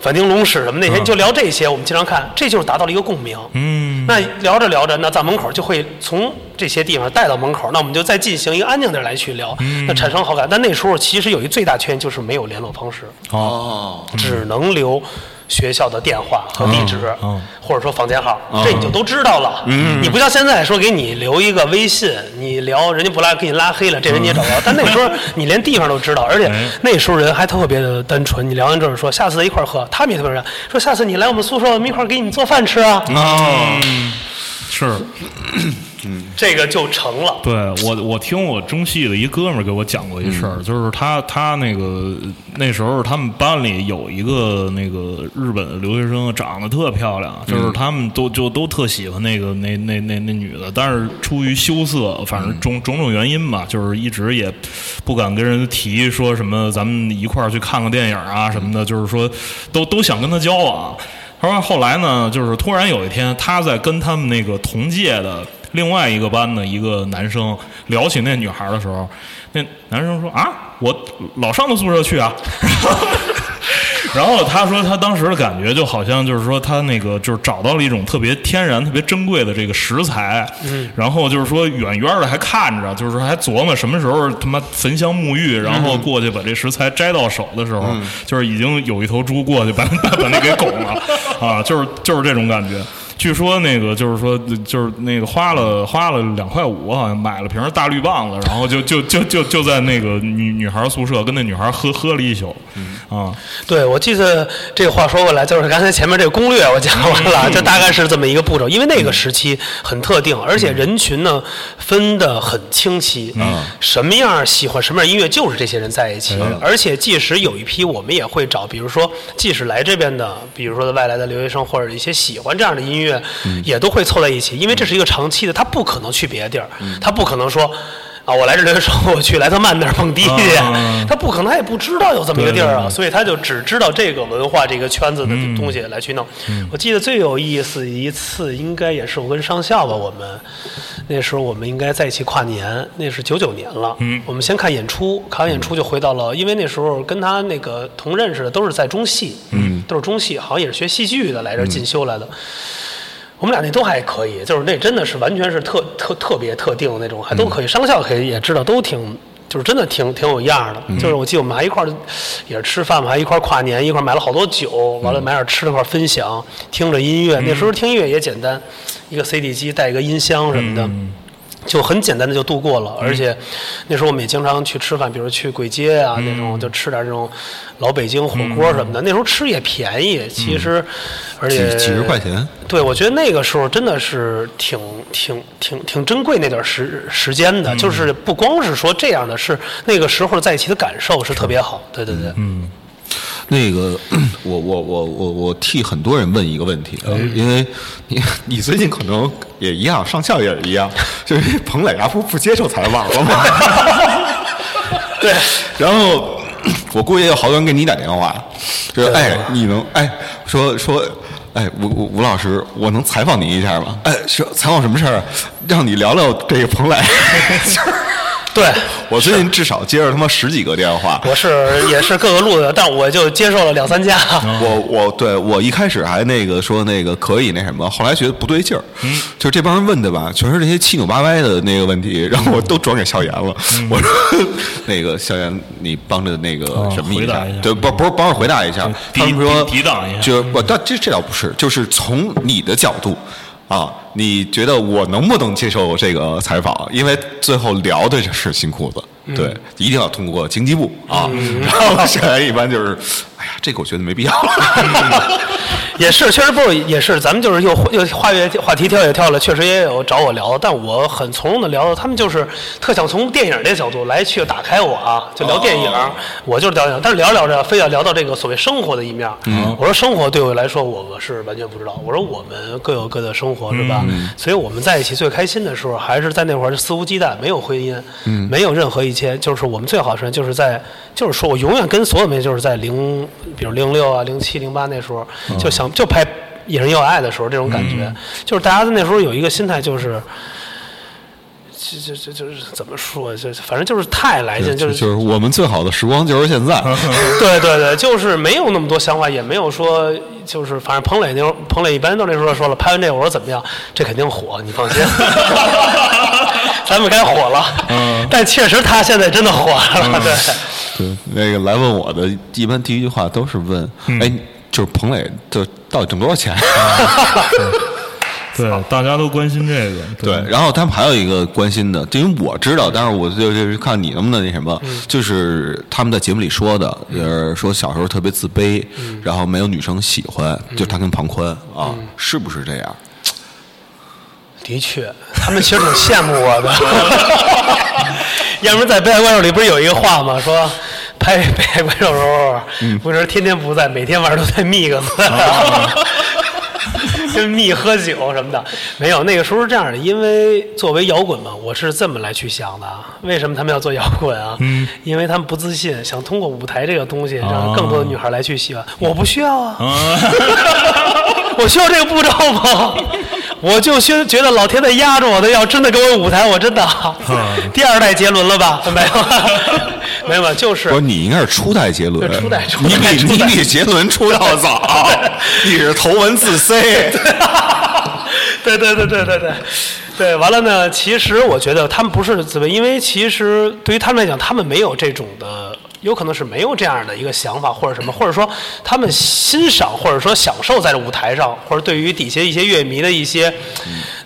C: 反町隆史什么那些，你就聊这些，我们经常看，这就是达到了一个共鸣。
B: 嗯，
C: 那聊着聊着，那在门口就会从这些地方带到门口，那我们就再进行一个安静点来去聊，
B: 嗯
C: 那产生好感。但那时候其实有一最大缺陷就是没有联络方式，
B: 好，
A: 哦，
C: 只能留学校的电话和地址，
B: 嗯
C: 或者说房间号，这你就都知道了。你不像现在说给你留一个微信，你聊人家不拉给你拉黑了，这人你也找不着。但那时候你连地方都知道，而且
B: 嗯哎
C: 那时候人还特别的单纯。你聊完之后说下次一块儿喝，他们也特别说说下次你来我们宿舍，我们一块儿给你做饭吃啊，
B: 嗯
A: 哦，
B: 是
C: 这个就成了。
B: 对我，我听我中戏的一哥们儿给我讲过一事儿，就是他他那个那时候他们班里有一个那个日本的留学生，长得特漂亮，就是他们都就都特喜欢那个那那那那女的，但是出于羞涩，反正种种种原因吧，就是一直也不敢跟人提说什么咱们一块儿去看个电影啊什么的，就是说都都想跟他交往。他说后来呢，就是突然有一天，他在跟他们那个同届的另外一个班的一个男生聊起那女孩的时候，那男生说啊，我老上她宿舍去啊。 然后他说，他当时的感觉就好像就是说，他那个就是找到了一种特别天然、特别珍贵的这个食材，嗯，然后就是说远远的还看着，就是说还琢磨什么时候他妈焚香沐浴，然后过去把这食材摘到手的时候，就是已经有一头猪过去把 把把那给拱了，啊，就是就是这种感觉。据说那个就是说就是那个花了花了两块五，好像买了瓶大绿棒子，然后就就就就就在那个女女孩宿舍跟那女孩喝喝了一宿，
C: 嗯
B: 啊，
C: 对，我记得这个话说过来，就是刚才前面这个攻略我讲完了，就大概是这么一个步骤。因为那个时期很特定，而且人群呢分得很清晰，什么样喜欢什么样音乐，就是这些人在一起。而且即使有一批，我们也会找，比如说，即使来这边的，比如说外来的留学生或者一些喜欢这样的音乐，也都会凑在一起，因为这是一个长期的，他不可能去别的地儿，他不可能说。啊，我来这留学生，我去莱特曼那儿蹦迪去，
B: 啊
C: 他不可能，他也不知道有这么一个地儿
B: 对对
C: 啊，
B: 对嗯
C: 所以他就只知道这个文化这个圈子的东西来去弄。我记得最有意思一次，应该也是我跟上校吧，我们那时候我们应该在一起跨年，那是九九年了。
B: 嗯
C: 我们先看演出，看完演出就回到了，因为那时候跟他那个同认识的都是在中戏，嗯，都是中戏，好像也是学戏剧的来
B: 嗯
C: 这儿进修来的。我们俩那都还可以，就是那真的是完全是特特特别特定的那种，还
A: 嗯
C: 都可以。商校可以也知道，都挺就是真的挺挺有样儿的。
A: 嗯
C: 就是我记得我们还一块儿也是吃饭嘛，还一块儿跨年，一块儿买了好多酒，
A: 嗯
C: 完了买点吃的，一块儿分享，听着音乐。那时候听音乐也简单，一个 CD 机带一个音箱什么的。
A: 嗯
C: 就很简单的就度过了，而且那时候我们也经常去吃饭，比如去簋街啊、那
A: 嗯
C: 种，就吃点这种老北京火锅什么的。那时候吃也便宜，其实、而
A: 嗯几
C: 且
A: 几十块钱，
C: 对，我觉得那个时候真的是挺挺挺挺珍贵那段时时间的，就是不光是说这样的是那个时候在一起的感受是特别好，对对对，
A: 那个， 我我我我我替很多人问一个问题，啊，因为你你最近可能也一样，上校也是一样，就是彭磊啊阿不不接受采访了嘛。
C: 对，
A: 然后我估计有好多人给你打电话，就是哎，你能哎说说。哎，吴吴吴老师，我能采访你一下吗？哎，是采访什么事儿啊？让你聊聊这个彭磊。
C: 对。
A: 我最近至少接了他妈十几个电话，
C: 我是也是各个路的，但我就接受了两三家。
A: 我我对我一开始还那个说那个可以那什么，后来觉得不对劲儿，
B: 嗯
A: 就这帮人问的吧，全是这些七扭八歪的那个问题，然后我都转给笑言了。
B: 嗯
A: 我说那个笑言，你帮着那个什么
B: 哦回
A: 一
B: 答
A: 下
B: 一下，
A: 对，不不是帮着回答一下，
B: 抵
A: 他们说
B: 抵抵挡一下
A: 就不，但这这倒不是，就是从你的角度。啊，你觉得我能不能接受这个采访？因为最后聊嗯的是新裤子，对，一定要通过经济部啊。然后小言一般就是哎呀，这个我觉得没必要 了。
C: 也是，确实不也是，咱们就是又又话越话题跳也跳了，确实也有找我聊，但我很从容的聊，他们就是特想从电影这角度来去打开我啊，就聊电影，
A: 哦
C: 我就是聊电影，但是聊着聊着非要聊到这个所谓生活的一面，
A: 嗯
C: 我说生活对我来说我我是完全不知道，我说我们各有各的生活是吧？
A: 嗯
C: 所以我们在一起最开心的时候还是在那会儿肆无忌惮，没有婚姻，
A: 嗯
C: 没有任何一切，就是我们最好的时候就是在就是说我永远跟所有人就是在零，比如零六啊、零七、零八那时候
A: 嗯
C: 就想就拍《野人要爱》的时候这种感觉，就是大家在那时候有一个心态就是。这这这就是怎么说？这反正就是太来劲，
A: 就是嗯是我们最好的时光就是现在。
C: 对对对，就是没有那么多想法，也没有说就是，反正彭磊那时候，彭磊一般都那时候说了，拍完这我说怎么样，这肯定火，你放心，咱们该火了。嗯，但确实他现在真的火了，对。
A: 对，那个来问我的，一般第一句话都是问，哎，就是彭磊，这到底挣多少 钱？
B: 对，大家都关心这个，
A: 对，然后他们还有一个关心的，就因为我知道，但是我就就是看你能不能那什么，就是他们在节目里说的，就是说小时候特别自卑，然后没有女生喜欢，就他跟庞宽啊，是不是这样？
C: 的确，他们其实挺羡慕我的。要不然在《北海怪兽》里不是有一个话吗？说拍《北海怪兽》时候，不是天天不在，每天晚上都在 mix，跟蜜喝酒什么的。没有，那个时候是这样的，因为作为摇滚嘛，我是这么来去想的啊。为什么他们要做摇滚啊？因为他们不自信，想通过舞台这个东西让更多的女孩来去喜欢。我不需要啊。 我需要这个步骤吗？我就觉觉得老天在压着我的，要真的给我舞台，我真的、第二代杰伦了吧？没有，没 有，就是
A: 不是，你应该是初代杰伦
C: 对，初代初代
A: 你比
C: 初
A: 你
C: 代
A: 比杰伦出道早，你是头文字 C，
C: 对对对对对对，对，完了呢，其实我觉得他们不是自卑，因为其实对于他们来讲，他们没有这种的，有可能是没有这样的一个想法或者什么，或者说他们欣赏或者说享受在这舞台上，或者对于底下一些乐迷的一些、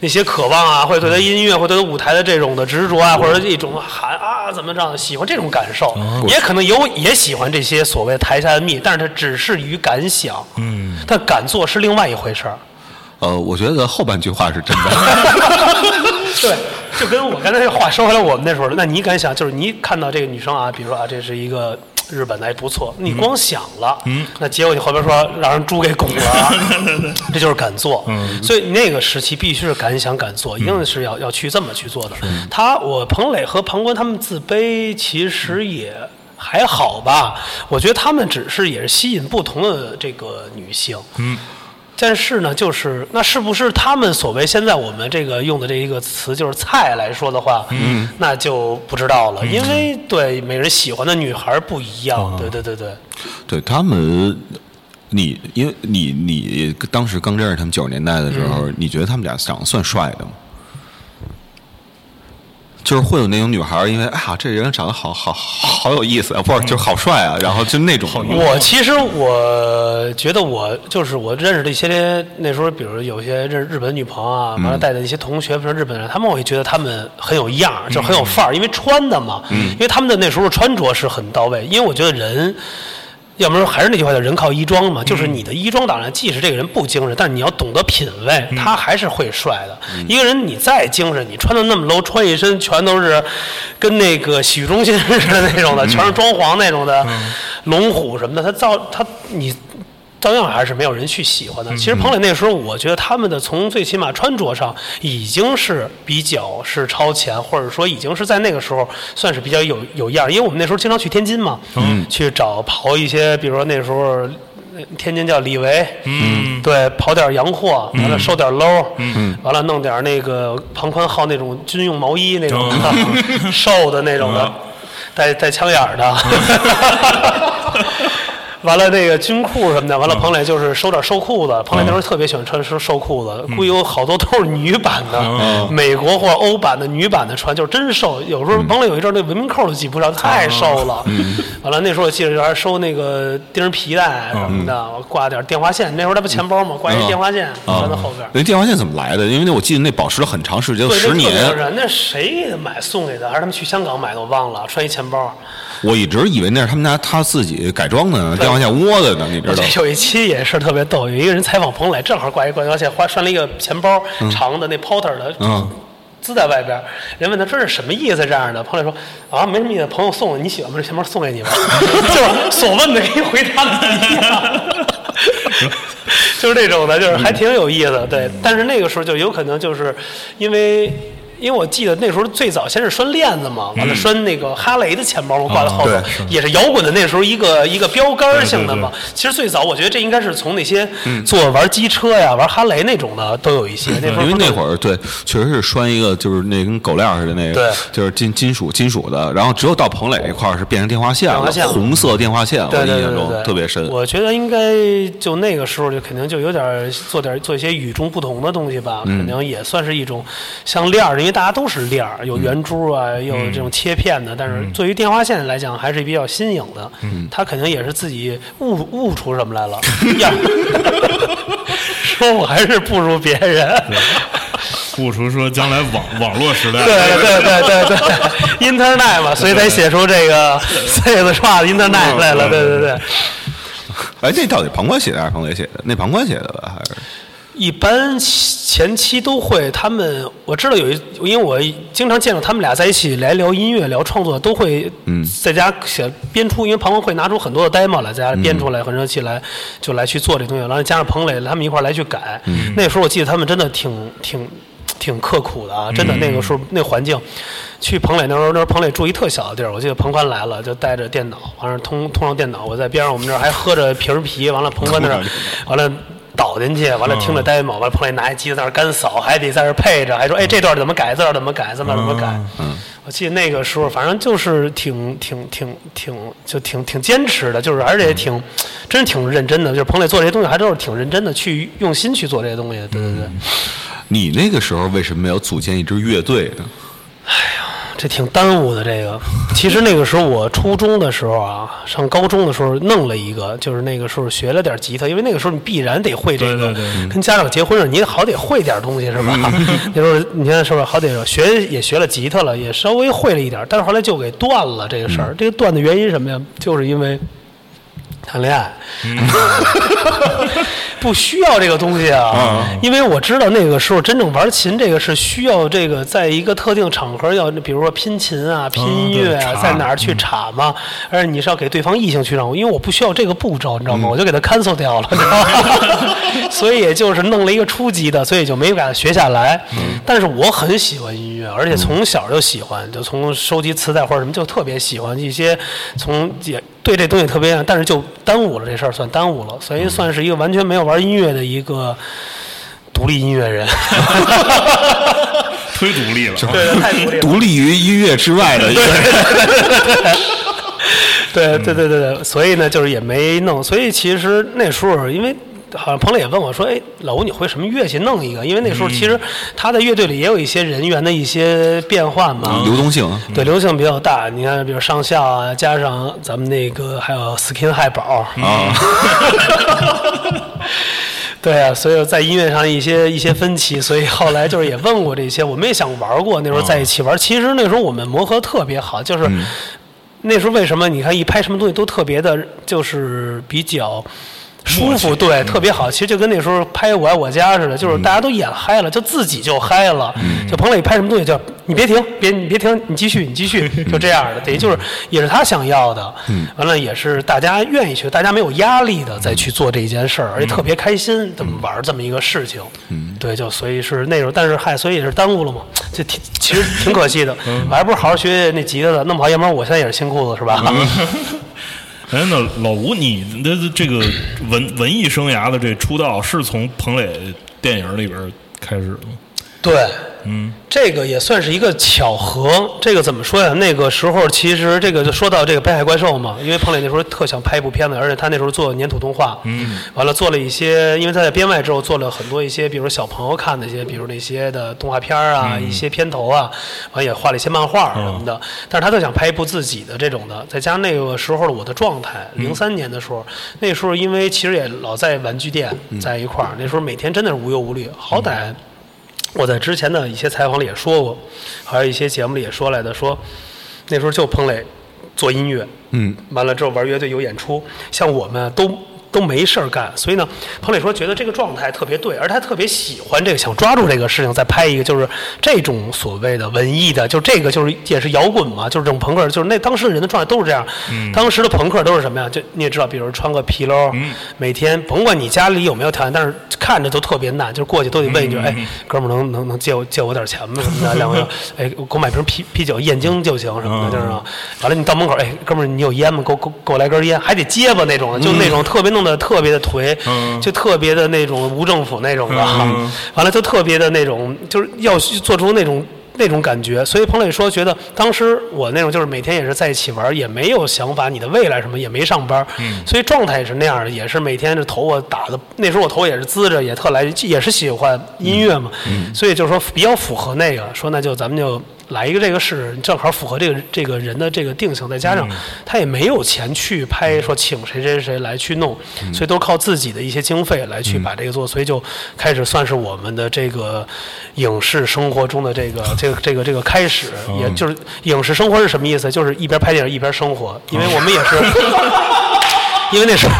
C: 那些渴望啊，或者对他音乐或者对他舞台的这种的执着啊，或者一种喊啊怎么着，喜欢这种感受，也可能有也喜欢这些所谓台下的蜜，但是他只是于感想，嗯，但敢做是另外一回事儿。
A: 呃，我觉得后半句话是真的。
C: 对，就跟我刚才这话说回来，我们那时候，那你敢想，就是你看到这个女生啊，比如说啊，这是一个嘖日本的，还哎不错，你光想了，嗯，那结果你后边说让人猪给拱了啊， 这就是敢做，嗯，所以那个时期必须是敢想敢做，一定是要要去这么去做的。他，我彭磊和庞关他们自卑，其实也。还好吧，我觉得他们只是也是吸引不同的这个女性，但是呢，就是那是不是他们所谓现在我们这个用的这一个词就是菜来说的话，嗯，那就不知道了，因为对每人喜欢的女孩不一样，对对对对，
A: 对他们，你因为你你当时刚认识他们九十年代的时候，你觉得他们俩长得算帅的吗？就是会有那种女孩儿，因为哎呀，这人长得好好好有意思啊，不是，就是好帅啊，然后就那种。
C: 我其实我觉得我就是我认识的一些那时候，比如有些日日本女朋友啊，完了带的一些同学，比如日本人，他们会觉得他们很有样儿，就很有范儿，因为穿的嘛，因为他们的那时候穿着是很到位，因为我觉得人。要不然还是那句话，叫人靠衣装嘛，就是你的衣装，当然即使这个人不精神，但是你要懂得品味，他还是会帅的。一个人你再精神，你穿的那么 low，穿一身全都是跟那个洗浴中心似的那种的，全是装潢那种的，龙虎什么的，他造他你。照样还是没有人去喜欢的。其实彭磊那时候，我觉得他们的从最起码穿着上已经是比较是超前，或者说已经是在那个时候算是比较有有样儿。因为我们那时候经常去天津嘛，去找刨一些，比如说那时候。呃天津叫李维，嗯，对，刨点洋货，完了收点搂，嗯，完了弄点那个庞宽号那种军用毛衣那种的，瘦的那种的，带带枪眼儿的， 完了那个军裤什么的，完了彭磊就是收点瘦裤子，彭磊那时候特别喜欢穿收瘦裤子，估计有好多都是女版的，美国或者欧版的女版的穿，就是真瘦。有时候彭磊有一阵儿那文明扣都系不上，太瘦了。完了那时候我记得还收那个钉儿皮带什么的，挂点电话线，那时候他不钱包嘛，挂一电话线
A: 啊
C: 穿在后边。
A: 那电话线怎么来的？因为那我记得那保持了很长时间，有
C: 对，
A: 十
C: 那特别
A: 年
C: 多。人，那谁给他买送给他，还是他们去香港买的，我忘了。穿一钱包，
A: 我一直以为那是他们家他自己改装的电话线窝子呢，你知道
C: 这
A: 吗？
C: 有一期也是特别逗，有一个人采访彭磊，正好挂一挂腰线，花拴了一个钱包，长的那 porter 的，
A: 嗯
C: 滋在外边儿。人问他这是什么意思这样的，彭磊说啊没什么意思，朋友送我，你喜欢吗？这钱包送给你吧， 就是所问的跟回答的 一样。就是这种的，就是还挺有意思的，
A: 嗯
C: 对。但是那个时候就有可能就是因为。因为我记得那时候最早先是拴链子嘛，完了拴那个哈雷的钱包嘛挂在后头
A: 嗯啊对，
C: 也是摇滚的那时候一个一个标杆儿性的嘛
B: 对对。
C: 其实最早我觉得这应该是从那些做玩机车呀、玩哈雷那种的都有一些。那时候
A: 因为那会
C: 儿
A: 儿嗯对，确实是拴一个就是那跟狗链儿似的那
C: 对
A: 个，就是金金属金属的，然后只有到彭磊那块儿是变成电话线
C: 电
A: 了
C: 话线，了
A: 红色电话线，我
C: 对对
A: 印
C: 对
A: 象
C: 对
A: 中
C: 对，
A: 特别深。
C: 我觉得应该就那个时候就肯定就有点儿做点儿做一些与众不同的东西吧，肯定也算是一种像链儿，因为大家都是链儿，有圆珠啊，有这种切片的，但是对于电话线来讲还是比较新颖的。嗯，他肯定也是自己悟悟出什么来 了，要说我还是不如别人。
B: 不除说将来网网络时代，
C: 对对对对对，Internet 嘛，所以才写出这 个 C 字串 Internet 来了。对对对，
A: 哎，那到底旁观写的还是彭磊写的？那旁观写的吧，还是
C: 一般前期都会，他们我知道有一，因为我经常见到他们俩在一起来聊音乐、聊创作，都会
A: 嗯
C: 在家写编出，因为庞文会拿出很多的 demo 来，在家编出来和热气来就来去做这东西，然后加上彭磊他们一块儿来去改。那时候我记得他们真的挺挺挺刻苦的啊，真的那个时候那环境，去彭磊那时候，那时候彭磊住一特小的地儿，我记得彭宽来了就带着电脑，完了通通上电脑，我在边上我们这儿还喝着瓶儿啤，完了彭宽那儿，完了。倒进去，完了听着 demo，完了彭磊拿一机子在那儿干扫，还得在那儿配着，还说哎这段怎么改，这段怎么改，这段怎么改。我记得那个时候，反正就是挺挺挺挺就挺挺坚持的，就是而且也挺真是挺认真的，就是彭磊做这些东西还都是挺认真的，去用心去做这些东西。对对对，
A: 你那个时候为什么没有组建一支乐队呢？
C: 这挺耽误的。这个，其实那个时候我初中的时候啊，上高中的时候弄了一个，就是那个时候学了点吉他，因为那个时候你必然得会这个。
B: 对对对嗯
C: 跟家长结婚时，你也好得会点东西是吧？那时候 你看是不是好得学也学了吉他了，也稍微会了一点，但是后来就给断了这个事
B: 嗯
C: 儿。这个断的原因是什么呀？就是因为谈恋爱。 不需要这个东西啊，因为我知道那个时候真正玩琴这个是需要这个，在一个特定场合要，比如说拼琴啊、拼音乐啊，
B: 查
C: 在哪儿去查嘛，而且你是要给对方异性去让步，因为我不需要这个步骤，你知道吗？我就给他 cancel 掉了， 你知道吗？所以也就是弄了一个初级的，所以就没敢学下来。但是我很喜欢音乐，而且从小就喜欢，就从收集磁带或者什么就特别喜欢一些，从也对这东西特别爱，但是就耽误了这事儿，算耽误了，所以算是一个完全没有玩音乐的一个独立音乐人。
B: 忒独立了。
C: 对对，太独立了。
A: 独立于音乐之外的一个，
C: 对对对对对，所以呢，就是也没弄。所以其实那时候，因为好像彭磊也问我说：“哎，老吴，你会什么乐器？弄一个。”因为那时候其实他在乐队里也有一些人员的一些变换嘛。
A: 流动性啊。
C: 对，流行比较大，你看，比如上校啊，加上咱们那个还有 Skin 汉堡啊， 对啊，所以在音乐上一些一些分歧，所以后来就是也问过这些，我们也想玩过，那时候在一起玩，其实那时候我们磨合特别好，就是。那时候为什么你看一拍什么东西都特别的，就是比较舒服，对，特别好。其实就跟那时候拍《我爱我家》似的，就是大家都演嗨了，就自己就嗨了。就彭磊拍什么东西，就你别停，别你别停，你继续，你继续，就这样的，等于就是也是他想要的。完了也是大家愿意去，大家没有压力的再去做这一件事儿，而且特别开心，这么玩儿这么一个事情。对，就所以是那时候，但是嗨，所以也是耽误了嘛，这挺其实挺可惜的。我还不如好好学那吉他的，弄不好，要不然我现在也是新裤子是吧？
B: 哎，那老吴，你的这个文文艺生涯的这出道是从彭磊电影里边开始的吗？
C: 对，嗯，这个也算是一个巧合。这个怎么说呀？那个时候其实这个就说到这个《北海怪兽》嘛，因为彭磊那时候特想拍一部片子，而且他那时候做粘土动画，嗯，完了做了一些，因为他在编外之后做了很多一些，比如小朋友看的一些，比如那些的动画片儿啊，一些片头啊，完也画了一些漫画儿什么的。但是他特想拍一部自己的这种的，再加上那个时候的我的状态，零三年的时候，那时候因为其实也老在玩具店在一块儿，那时候每天真的是无忧无虑，好歹。我在之前的一些采访里也说过，还有一些节目里也说来的，说那时候就彭磊做音乐，
A: 嗯，
C: 完了之后玩乐队有演出，像我们都都没事儿干，所以呢，彭磊说觉得这个状态特别对，而他特别喜欢这个，想抓住这个事情再拍一个，就是这种所谓的文艺的，就这个就是也是摇滚嘛，就是这种朋克，就是那当时的人的状态都是这样。当时的朋克都是什么呀？就你也知道，比如穿个皮褛，每天甭管你家里有没有条件，但是看着都特别难，就是过去都得问一句，哎，哥们儿能能能借我借我点钱吗？什么的，两个人，哎，给我买瓶啤啤酒燕京就行什么的，就是啊。完了，你到门口，哎，哥们儿你有烟吗？给我给我给我来根烟，还得结巴那种的，就那种特别弄得特别的颓，
B: 嗯
C: 就特别的那种无政府那种的，
B: 嗯
C: 啊完了就特别的那种，就是要做出那种。那种感觉，所以彭磊说，觉得当时我那种就是每天也是在一起玩，也没有想法，你的未来什么也没上班，所以状态也是那样的，也是每天这头我打的，那时候我头也是滋着，也特来，也是喜欢音乐嘛，所以就说比较符合那个，说那就咱们就来一个这个试试，正好符合这个这个人的这个定性，再加上他也没有钱去拍，说请谁谁谁来去弄，所以都靠自己的一些经费来去把这个做，所以就开始算是我们的这个影视生活中的这个这个这个这个开始，也就是影视生活是什么意思？就是一边拍电影一边生活，因为我们也是， 因为那时候。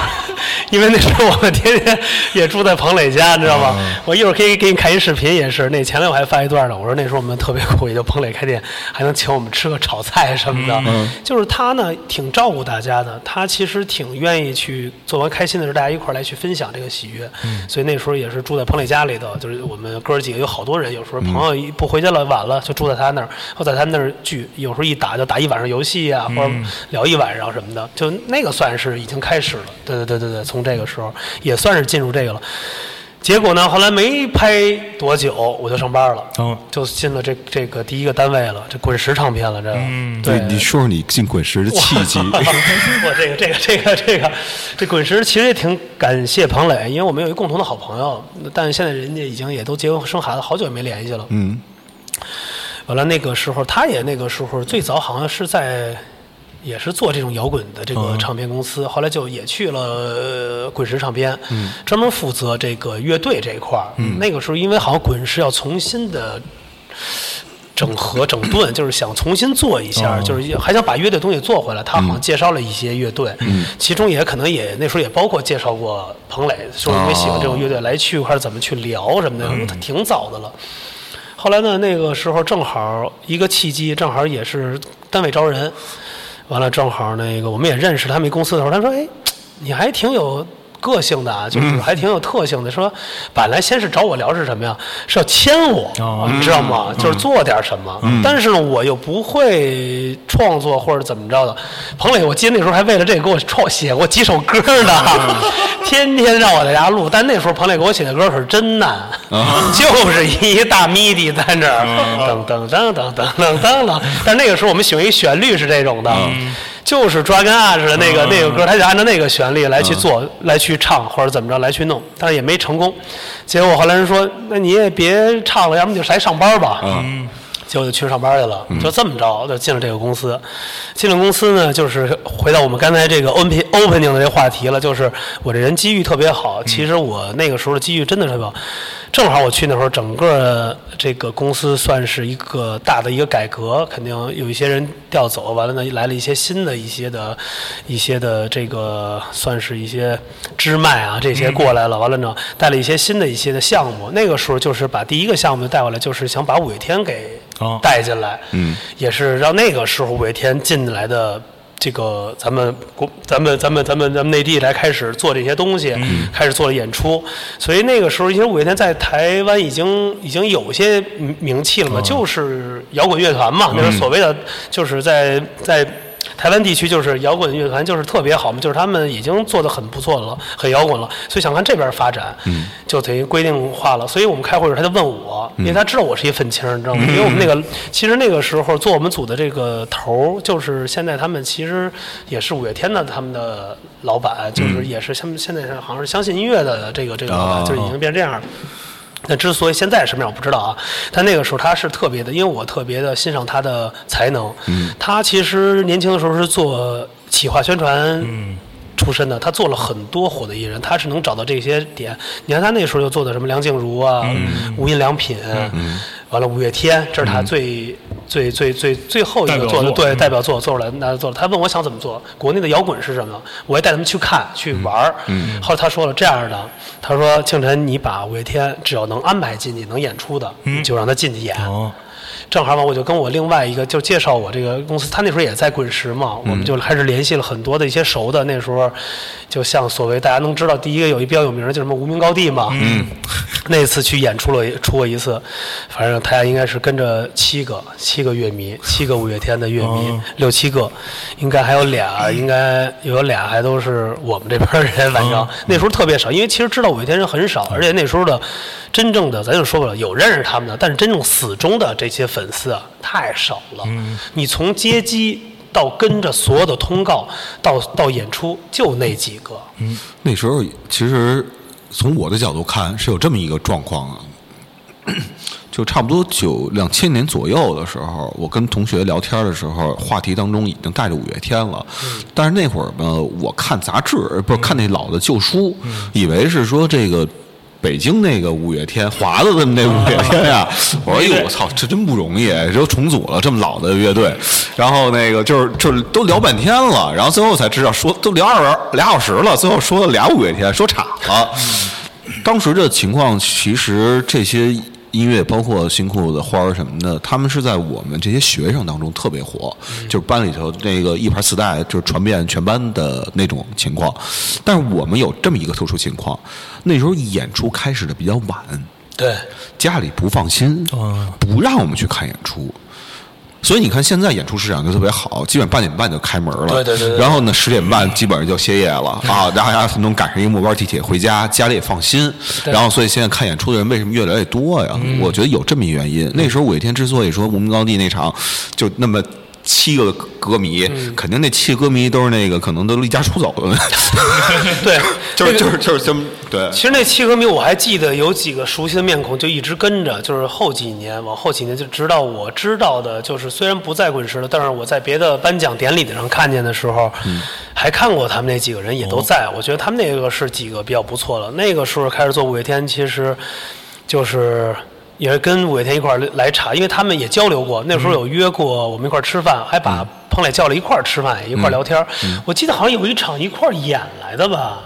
C: 因为那时候我们天天也住在彭磊家，你知道吗？我一会儿可以给你看一视频，也是那前两天我还发一段呢。我说那时候我们特别苦，也就彭磊开店还能请我们吃个炒菜什么的，就是他呢挺照顾大家的，他其实挺愿意去做完开心的事，大家一块儿来去分享这个喜悦。所以那时候也是住在彭磊家里头，就是我们哥儿几个有好多人，有时候朋友一不回家了晚了就住在他那儿，或在他那儿聚，有时候一打就打一晚上游戏啊，或者聊一晚上什么的，就那个算是已经开始了。对对对对对，从这个时候也算是进入这个了。结果呢，后来没拍多久，我就上班了，
B: 哦
C: 就进了这这个第一个单位了，这滚石唱片了，这。嗯对，
A: 你说说你进滚石的契机，
C: 我这个这个这个这个这滚石其实也挺感谢彭磊，因为我们有一共同的好朋友，但现在人家已经也都结婚生孩子，好久也没联系了。
A: 嗯，
C: 完了那个时候，他也那个时候最早好像是在。也是做这种摇滚的这个唱片公司，后来就也去了、呃滚石唱片，专门负责这个乐队这一块儿。那个时候，因为好像滚石要重新的整合整顿，就是想重新做一下，就是还想把乐队东西做回来。他好像介绍了一些乐队，其中也可能也那时候也包括介绍过彭磊，说因为喜欢这种乐队来去一块儿怎么去聊什么的，他挺早的了。后来呢，那个时候正好一个契机，正好也是单位招人，完了正好那个我们也认识他们一公司的时候，他说：“哎，你还挺有。”个性的啊，就是还挺有特性的。说本来先是找我聊是什么呀？是要签我，
B: 哦
C: 你知道吗？就是做点什么。但是呢，我又不会创作或者怎么着的。彭磊，我记得那时候还为了这个给我创写过几首歌呢， 天天让我在家录。但那时候彭磊给我写的歌可是真难， 就是一大咪嘀在那儿噔噔噔噔噔噔噔噔。但那个时候我们喜欢一旋律是这种的。就是抓根啊似的那个、那个歌，他就按照那个旋律来去做、来去唱或者怎么着来去弄，但是也没成功。结果后来人说，那你也别唱了，要么就来上班吧。
A: 啊
C: 嗯。结果就去上班去了，就这么着就进了这个公司。进了公司呢，就是回到我们刚才这个 open opening 的这话题了，就是我这人机遇特别好。其实我那个时候的机遇真的特别好，正好我去那会儿，整个这个公司算是一个大的一个改革，肯定有一些人调走，完了呢来了一些新的一些的一些的这个算是一些支脉啊这些过来了，完了呢带了一些新的一些的项目。那个时候就是把第一个项目带过来，就是想把五月天给。
B: 哦
C: 带进来，嗯，也是让那个时候五月天进来的这个咱们国咱们咱们咱们咱们内地来开始做这些东西，开始做了演出，所以那个时候因为五月天在台湾已经已经有些名名气了嘛，就是摇滚乐团嘛，那是所谓的就是在在。台湾地区就是摇滚乐团，就是特别好嘛，就是他们已经做得很不错了，很摇滚了，所以想看这边发展，就等于规定化了。所以我们开会的时候，他就问我，因为他知道我是一愤青，你知道吗？因为我们那个其实那个时候做我们组的这个头儿，就是现在他们其实也是五月天的他们的老板，就是也是他们现在是好像是相信音乐的这个这个老板，
A: 哦
C: 就已经变这样了。那之所以现在什么样我不知道啊，但那个时候他是特别的，因为我特别的欣赏他的才能。
B: 嗯
C: 他其实年轻的时候是做企划宣传
B: 嗯
C: 出身的，他做了很多火的艺人，他是能找到这些点。你看他那时候就
B: 嗯
C: 做的什么梁静茹啊、无印良品，完了五月天，这是他最最最最最后一
B: 代
C: 个
B: 表
C: 做的
B: 作
C: 对
B: 嗯
C: 代表作做出来，那做了。他问我想怎么做，国内的摇滚是什么，我也带他们去看去玩儿。嗯，后来他说了这样的，他说庆晨，你把五月天只要能安排进去能演出的，你就让他进去演。
B: 哦，
C: 正好嘛，我就跟我另外一个就介绍我这个公司，他那时候也在滚石嘛，我们就开始联系了很多的一些熟的。那时候，就像所谓大家能知道，第一个有一比较有名的，就是什么无名高地嘛。嗯， 那次去演出了一出过一次，反正他应该是跟着七个七个乐迷，七个五月天的乐迷，
B: 哦
C: 六七个，应该还有俩，应该有俩还都是我们这边儿人，反正、那时候特别少，因为其实知道五月天人很少，而且那时候的真正的咱就说不了，有认识他们的，但是真正死忠的这些粉丝啊太少了。你从接机到跟着所有的通告到到演出，就那几个。
A: 那时候其实从我的角度看是有这么一个状况啊，就差不多九两千年左右的时候，我跟同学聊天的时候，话题当中已经带着五月天了。但是那会儿呢，我看杂志，呃不是看那老的旧书，以为是说这个。北京那个五月天，华子他们那五月天呀、我说哎哟，我操，这真不容易，这都重组了这么老的乐队，然后那个就是就是都聊半天了，然后最后才知道说都聊二俩小时了，最后说了俩五月天，说岔了。当时的情况，其实这些音乐，包括新裤子、花儿什么的，他们是在我们这些学生当中特别火，就是班里头那个一盘磁带就是传遍全班的那种情况。但是我们有这么一个特殊情况，那时候演出开始的比较晚，
C: 对，
A: 家里不放心
C: 哦
B: 啊，
A: 不让我们去看演出。所以你看，现在演出市场就特别好，基本八点半就开门了。
C: 对对对嗯对
A: 然后呢，十点半基本上就歇业了啊，大家能赶上一个末班地铁回家，家里也放心。
C: 对嗯
A: 然后，所以现在看演出的人为什么越来越多呀？我觉得有这么一原因。那时候五月天之所以说无名高地那场就那么。七个歌迷，
C: 嗯
A: 肯定那七个歌迷都是那个，可能都离家出走 了，
C: 对，
A: 就是就是就是这么对。
C: 其实那七歌迷我还记得有几个熟悉的面孔，就一直跟着，就是后几年，往后几年就直到我知道的，就是虽然不在滚石了，但是我在别的颁奖典礼上看见的时候，还看过他们那几个人也都在。我觉得他们那个是几个比较不错的。那个时候开始做五月天，其实就是。也是跟五月天一块儿来查，因为他们也交流过，那时候有约过我们一块儿吃饭，还把彭磊叫了一块儿吃饭，一块儿聊天儿。我记得好像有一场一块儿演来的吧，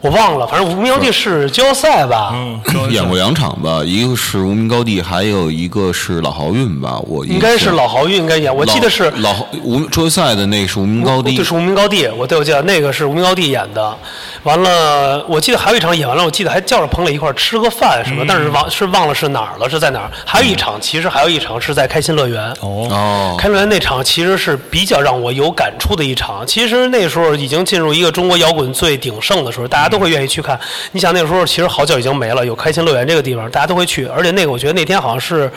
C: 我忘了，反正无名妖帝是季后赛吧？
B: 嗯，高
A: 演过两场吧，一个是无名高地，还有一个是老豪运吧。我
C: 应该是老豪运应该演，我
A: 我
C: 记得是
A: 老豪无名桌球赛的那个是无名高地，
C: 就是无名高地，我对我记得那个是无名高地演的。完了，我记得还有一场演完了，我记得还叫着彭磊一块儿吃个饭
A: 嗯
C: 什么，但是忘是忘了是哪儿了，是在哪儿？还有一场，其实还有一场是在开心乐园。
B: 哦，
A: 哦，
C: 开伦那场其实是比较让我有感触的一场。其实那时候已经进入一个中国摇滚最鼎盛的时候，大家都会愿意去看。你想那个时候其实好久已经没了，有开心乐园这个地方，大家都会去。而且那个我觉得那天好像是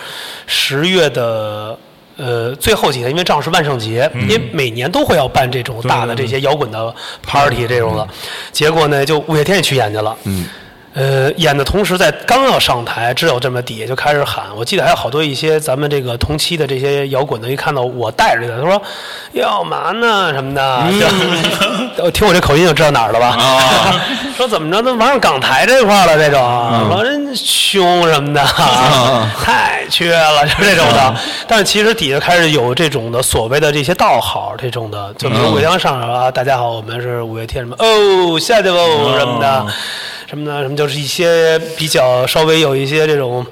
C: 十月的。呃，最后几天，因为正好是万圣节，因为每年都会要办这种大的这些摇滚的 party 这种的，结果呢，就五月天也去演去了。嗯，呃，演的同时在刚要上台，只有这么底下就开始喊。我记得还有好多一些咱们这个同期的这些摇滚的，一看到我带着的，他说要嘛呢什么的，就我听我这口音就知道哪儿了吧？ 说怎么着都玩上港台这块儿了这种，说人凶什么的，啊
A: 啊
C: 太缺了，就这种的。但是其实底下开始有这种的所谓的这些道号这种的，就比
A: 嗯
C: 如我将上来了啊，大家好，我们是五月天什么哦下去
A: 嗯
C: 喽什么的。什么呢？什么就是一些比较稍微有一些这种，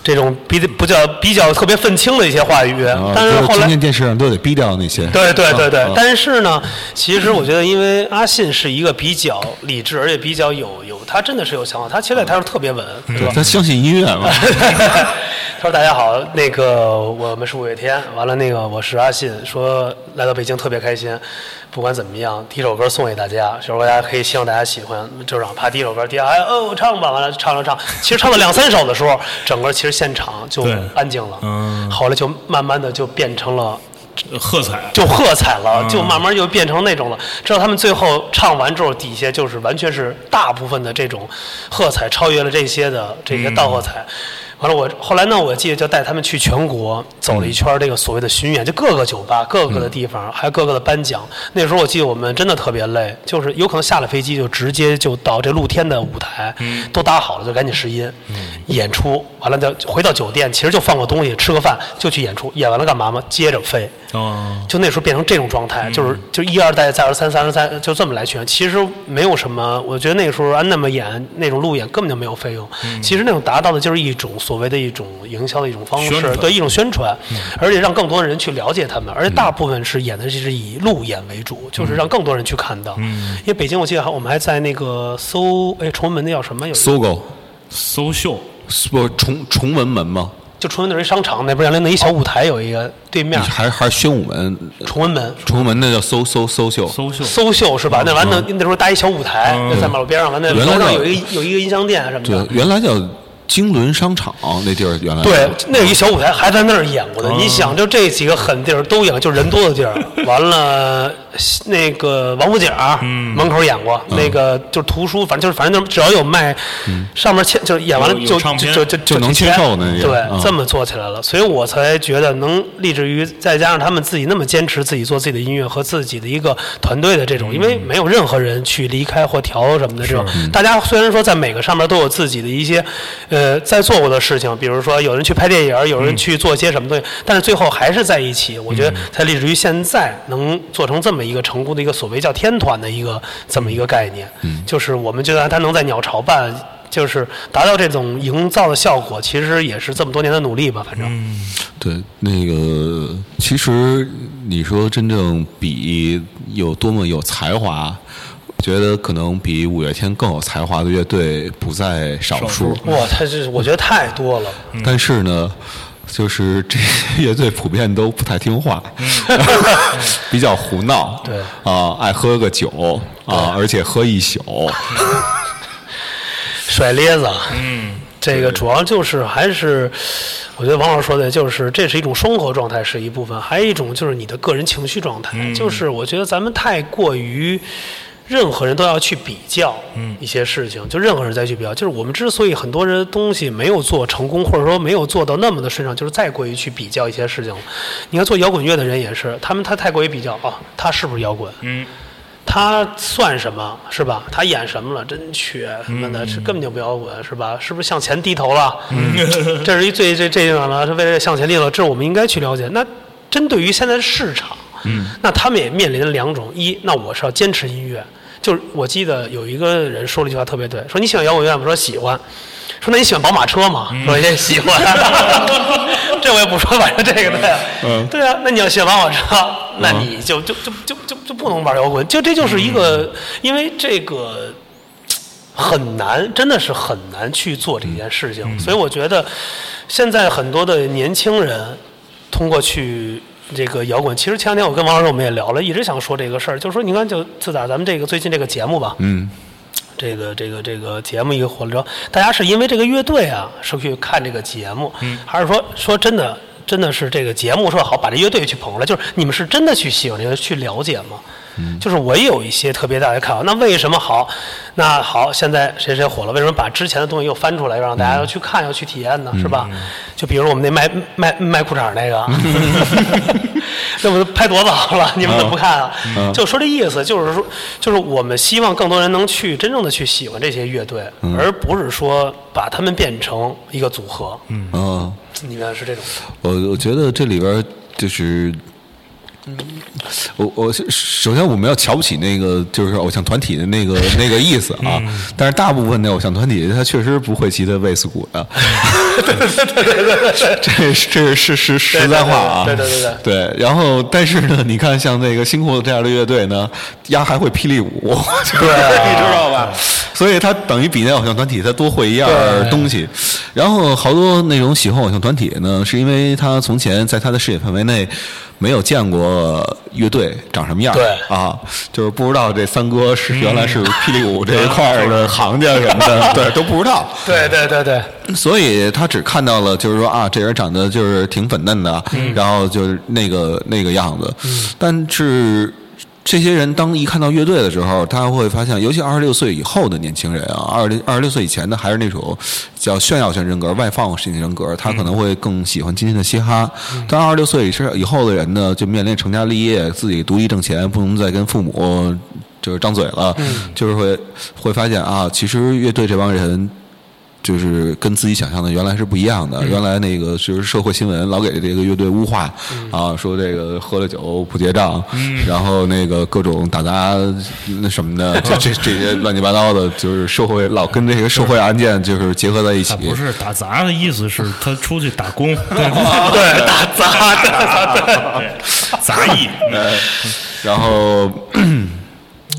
C: 这种比比较比较特别愤青的一些话语，但是后
A: 啊今
C: 来
A: 天电视上都得逼掉那些。
C: 对对对对
A: 啊，
C: 但是呢，其实我觉得，因为阿信是一个比较理智，而且比较有有，他真的是有想法，他其实在台上特别稳，是吧？
A: 他相信音乐 嘛？
C: 他说：“大家好，那个我们是五月天，完了那个我是阿信，说来到北京特别开心，不管怎么样，第一首歌送给大家，这首歌大家可以希望大家喜欢，就是哪怕第一首歌，第二哎哦唱吧，完了唱 唱唱，其实唱到两三首的时候，整个其实现场就
B: 对
C: 安静了，
B: 嗯
C: 后来就慢慢的就变成了。”
B: 喝彩，
C: 就喝彩了，就慢慢就变成那种了。直到他们最后唱完之后，底下就是完全是大部分的这种喝彩超越了这些的这些道喝彩。完了我后来呢，我记得就带他们去全国走了一圈儿这个所谓的巡演，就各个酒吧、各个的地方，还有各个的颁奖。那时候我记得我们真的特别累，就是有可能下了飞机就直接就到这露天的舞台，都搭好了就赶紧试音，演出完了再回到酒店，其实就放个东西吃个饭就去演出，演完了干嘛嘛？接着飞。
B: 啊，
C: 就那时候变成这种状态，就是就一而再，再而三，三而三，就这么来去。其实没有什么，我觉得那个时候按那么演那种路演根本就没有费用。其实那种达到的就是一种所谓的一种营销的一种方
B: 宣
C: 式
B: 传，
C: 对一种宣传，而且让更多的人去了解他们。而且大部分是演的就是以路演为主，就是让更多人去看到。因为北京我记得还我们还在那个搜哎崇文门那叫什么有一个
A: 搜狗
B: 搜秀
A: 不崇崇文门吗？
C: 就崇文门那是一商场那边原来那一小舞台有一个对面
A: 还还是宣武门？
C: 崇文门。
A: 崇文门那叫搜搜搜秀。
B: 搜秀，
C: 搜秀是吧？那完了，那时候搭一小舞台，那在马路边上，完了
A: 原来
C: 楼
A: 那
C: 上有一个有一个音像店什么
A: 对
C: 的，。
A: 原来叫经纶商场，那地儿原来
C: 对，那有一小舞台还在那儿演过的。你想，就这几个狠地儿都演，就人多的地儿。完了，那个王府井儿门口演过，那个就是图书，反正就是反正就是只要有卖，上面签就是演完了
B: 有有
C: 就
B: 唱片
C: 就就
A: 就能
C: 签
A: 签售那个
C: 对
A: 嗯，
C: 这么做起来了，所以我才觉得能立志于再加上他们自己那么坚持自己做自己的音乐和自己的一个团队的这种，因
A: 嗯
C: 为没有任何人去离开或调什么的这种。大家虽然说在每个上面都有自己的一些，呃，在做过的事情，比如说有人去拍电影，有
A: 嗯
C: 人去做些什么东西，但是最后还是在一起。我觉得才立志于现在能做成这么一个成功的一个所谓叫天团的一个这么一个概念，
A: 嗯
C: 就是我们觉得它能在鸟巢办。就是达到这种营造的效果，其实也是这么多年的努力吧。反正、
A: 对，那个其实你说真正比有多么有才华，我觉得可能比五月天更有才华的乐队不在少数。嗯
C: 哇，他是我觉得太多了。
A: 但是呢，就是这些乐队普遍都不太听话， 比较胡闹，
C: 对
A: 啊，爱喝个酒啊，而且喝一 宿，
C: 甩咧子，嗯，这个主要就是还是，我觉得王老师说的，就是这是一种生活状态是一部分，还有一种就是你的个人情绪状态，就是我觉得咱们太过于。任何人都要去比较一些事情，就任何人再去比较，就是我们之所以很多人东西没有做成功，或者说没有做到那么的顺畅，就是再过于去比较一些事情了。你看做摇滚乐的人也是，他们他太过于比较啊，他是不是摇滚？
B: 嗯，
C: 他算什么是吧？他演什么了？真缺什么的，是根本就不摇滚是吧？是不是向前低头了？ 这是一最最这一种了，是为了向前低头，这我们应该去了解。那针对于现在的市场，嗯，那他们也面临了两种：一，那我是要坚持音乐，就是我记得有一个人说了一句话特别对，说你喜欢摇滚乐吗？我说喜欢。说那你喜欢宝马车吗？我说也喜欢， 这我也不说，反正这个对，对啊，那你要喜欢宝马车，那你就就就就就就不能玩摇滚，就这就是一个，因为这个很难，真的是很难去做这件事情。所以我觉得，现在很多的年轻人通过去这个摇滚，其实前两天我跟王老师我们也聊了，一直想说这个事儿，就是说你看，就自打咱们这个最近这个节目吧，
A: 嗯，
C: 这个这个这个节目一个火了之后，大家是因为这个乐队啊，是去看这个节目，还是说说真的？真的是这个节目说好，把这乐队去捧出来，就是你们是真的去喜欢这个，去了解吗？就是我也有一些特别大的看法。那为什么好？那好，现在谁谁火了？为什么把之前的东西又翻出来，让大家要去看、要去体验呢？是吧？就比如我们那卖卖卖裤衩儿那个， 那不拍多早了？你们怎么不看啊？就说这意思，就是说，就是我们希望更多人能去真正的去喜欢这些乐队，而不是说把他们变成一个组合。嗯，
A: 嗯。
C: 你看是这种。
A: 我我觉得这里边儿就是，我我首先我们要瞧不起那个就是偶像团体的那个那个意思啊，但是大部分的偶像团体他确实不会骑他贝斯鼓的， 这是这是是是实在话啊，
C: 对对对对
A: 对然后但是呢，你看像那个新裤子这样的乐队呢，丫还会霹雳舞， 就是
C: 啊
A: 你知道吧？所以他等于比那偶像团体他多会一样东西。然后好多那种喜欢偶像团体呢，是因为他从前在他的视野范围内没有见过乐队长什么样，
C: 对嗯
A: 啊，就是不知道这三哥是原来是霹雳舞这一块儿的行家什么 的，对，都不知道。
C: 对对对对，
A: 所以他只看到了，就是说啊，这人长得就是挺粉嫩的，然后就是那个那个样子，但是。这些人当一看到乐队的时候，他会发现，尤其二十六岁以后的年轻人啊，二十二十六岁以前的还是那种叫炫耀型人格、外放型人格，他可能会更喜欢今天的嘻哈。但二十六岁以是以后的人呢，就面临成家立业，自己独立挣钱，不能再跟父母就是张嘴了，就是会会发现啊，其实乐队这帮人。就是跟自己想象的原来是不一样
B: 嗯
A: 的。原来那个就是社会新闻老给这个乐队污化、
B: 嗯
A: 啊，说这个喝了酒不结账，然后那个各种打砸那什么的，这这这些乱七八糟的，就是社会老跟这个社会案件就是结合在一起
B: 他。啊不是打杂的意思，是他出去打工， 对
C: 对，打杂打杂，
B: 对， 杂役，
C: 嗯
A: 然后，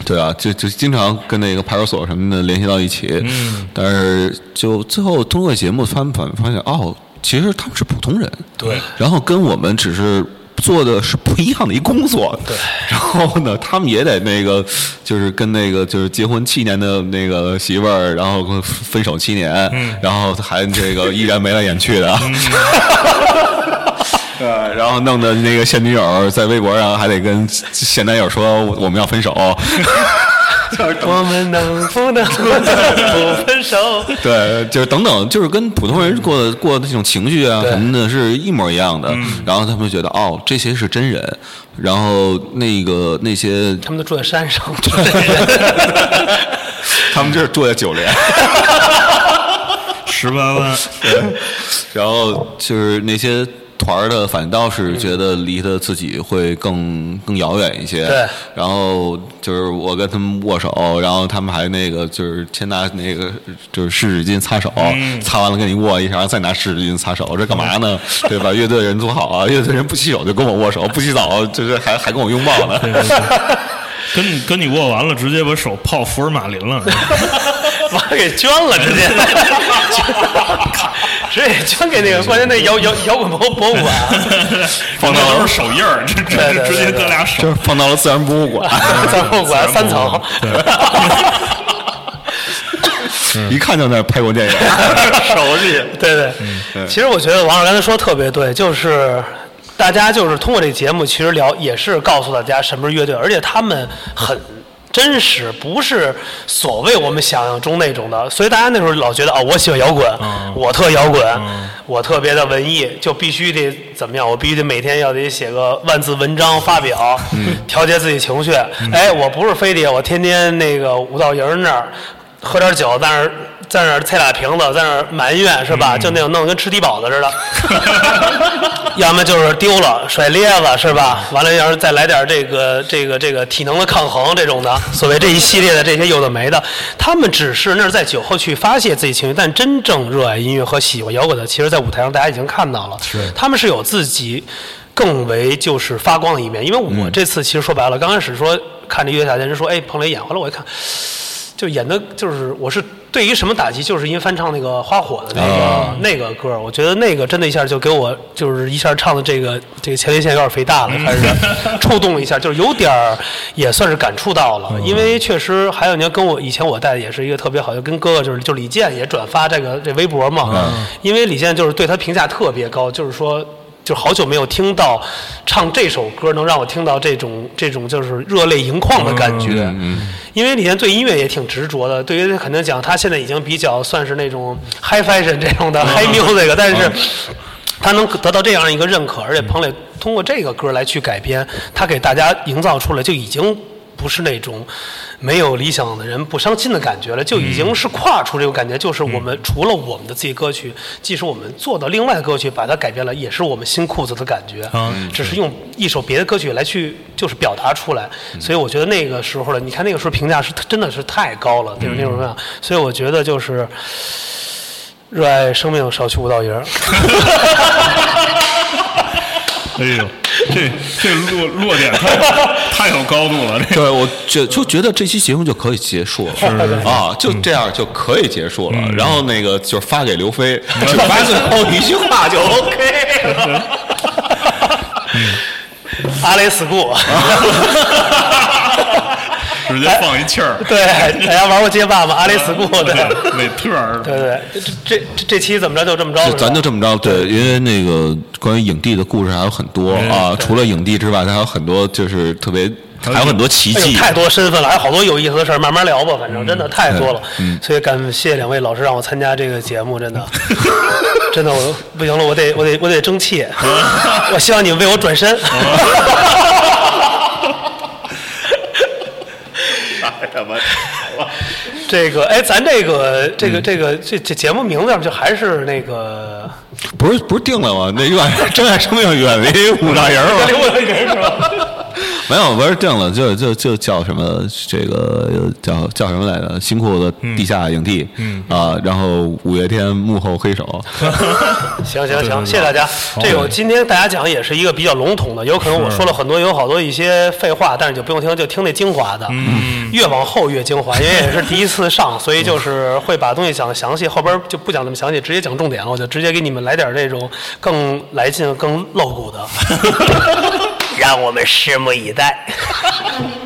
A: 对啊，就就经常跟那个派出所什么的联系到一起。嗯，但是就最后通过节目翻反发现，哦，其实他们是普通人。
B: 对，
A: 然后跟我们只是。做的是不一样的一工作，对。 然后呢，他们也得那个，就是跟那个就是结婚七年的那个媳妇儿，然后分手七年，嗯、然后还这个依然眉来眼去的，呃，然后弄得那个现女友在微博上还得跟现男友说我我们要分 手，
C: 我们能不能不分手？
A: 对，就是等等，就是跟普通人过的过的这种情绪啊什么的是一模一样的。然后他们就觉得哦，这些是真人，然后那个那些
C: 他们都住在山上，
A: 他们就是住在 九连，
B: 十八万，
A: 然后就是那些。团儿的反倒是觉得离的自己会更更遥远一些，
C: 对
A: 然后就是我跟他们握手，然后他们还那个就是先拿那个就是湿纸巾擦手，擦完了跟你握一下，再拿湿纸巾擦手，这干嘛呢？ 对吧？乐队人多好啊， 乐队人不洗手就跟我握手，不洗澡就是还还跟我拥抱呢。
B: 跟你跟你握完了，直接把手泡福尔马林 了，
C: 妈给捐了，直接， 直接捐给那个，关键那摇摇摇滚博博物 馆，啊
B: 放那都是手印儿，直直
C: 对对对
B: 直接搁俩手
A: 就是放到了自然博物馆，
C: 在博物馆三层，
A: 一看就那拍过电影，
C: 手艺， 对对。其实我觉得王老师刚才说的特别对，就是大家就是通过这节目，其实聊也是告诉大家什么是乐队，而且他们很。真实不是所谓我们想象中那种的，所以大家那时候老觉得哦，我喜欢摇滚，我特摇滚，我特别的文艺，就必须得怎么样？我必须得每天要得写个万字文章发表，调节自己情绪。哎，我不是非得我天天那个舞蹈营那儿喝点酒，在那儿在那儿啐俩瓶子，在那儿埋怨是吧？就那种弄得跟吃低保的似的。 要么就是丢了甩咧子是吧？完了，要是再来点这个这个这个体能的抗衡这种的，所谓这一系列的这些有的没的，他们只是那是在酒后去发泄自己情绪，但真正热爱音乐和喜欢摇滚的，其实在舞台上大家已经看到了，他们是有自己。更为就是发光的一面，因为我这次其实说白了，刚开始说看这《月下》，人说哎彭磊演，后来我一看，就演的就是我是对于什么打击，就是因为翻唱那个花火的那个、那个歌儿，我觉得那个真的一下就给我就是一下唱的这个这个前列腺有点肥大了，开始 触动了一下，就是有点儿也算是感触到了，因为确实还有你要跟我以前我带的也是一个特别好，就跟哥哥就是就李健也转发这个这微博嘛，因为李健就是对他评价特别高，就是说。就好久没有听到唱这首歌，能让我听到这种这种就是热泪盈眶的感觉。因为李健对音乐也挺执着的，对于肯定讲他现在已经比较算是那种 high fashion 这种的 high music，但是他能得到这样一个认可，而且彭磊通过这个歌来去改编，他给大家营造出来就已经不是那种没有理想的人不伤心的感觉了，就已经是跨出这种感觉，就是我们除了我们的自己歌曲，即使我们做到另外的歌曲把它改编了，也是我们新裤子的感觉，只是用一首别的歌曲来去就是表达出来。所以我觉得那个时候的，你看那个时候评价是真的是太高了，就是那种样。所以我觉得就是热爱生命，少去舞蹈营儿。
B: 哎呦，这这落落点太太有高度了，这
A: 对，我觉 就觉得这期节目就可以结束了，啊，就这样就可以结束了。然后那个就是发给刘飞， 只发最后一句话就 OK 了。
C: 阿雷 school。
B: 直接放一气儿，
C: 对，大家玩过街霸吗？阿雷 school 哎对，
B: 美特儿，
C: 对对，这这这这期怎么着就这么着了
A: 就，咱就是
C: 吧
A: 这么着，对，因为那哎个关于影帝的故事还有很多啊，除了影帝之外，他还有很多就是特别
B: 还有
D: 还有很多奇
C: 哎
D: 迹
C: 呦，，太多身份了，还有好多有意思的事儿，慢慢聊吧，反
A: 嗯
C: 正真的太多了。所以感谢两位老师让我参加这个节目，真的，真的我不行了，我得我得我得 争气，我希望你们为我转身。
A: 哦
D: 什么？
C: 这个，哎，咱这个这
A: 嗯
C: 个这个这这节目名字要不就还是 那个
A: 不是不是定了吗？那 远珍爱生命远离五大人儿 吗？
C: 我的人是吧？
A: 没有，不是定了，就就就叫什么这个叫叫什么来着？新裤子地下影帝，嗯啊，然后五月天幕后黑 手，
C: 行行行，谢谢大家。这个今天大家讲也是一个比较笼统的，有可能我说了很多，有好多一些废话，但是就不用听，就听那精华的。嗯，越往后越精华，因为也是第一次上，所以就是会把东西讲得详细，后边就不讲那么详细，直接讲重点了，我就直接给你们来点这种更来 劲、更露骨的，让我们拭目以待。
E: 让你们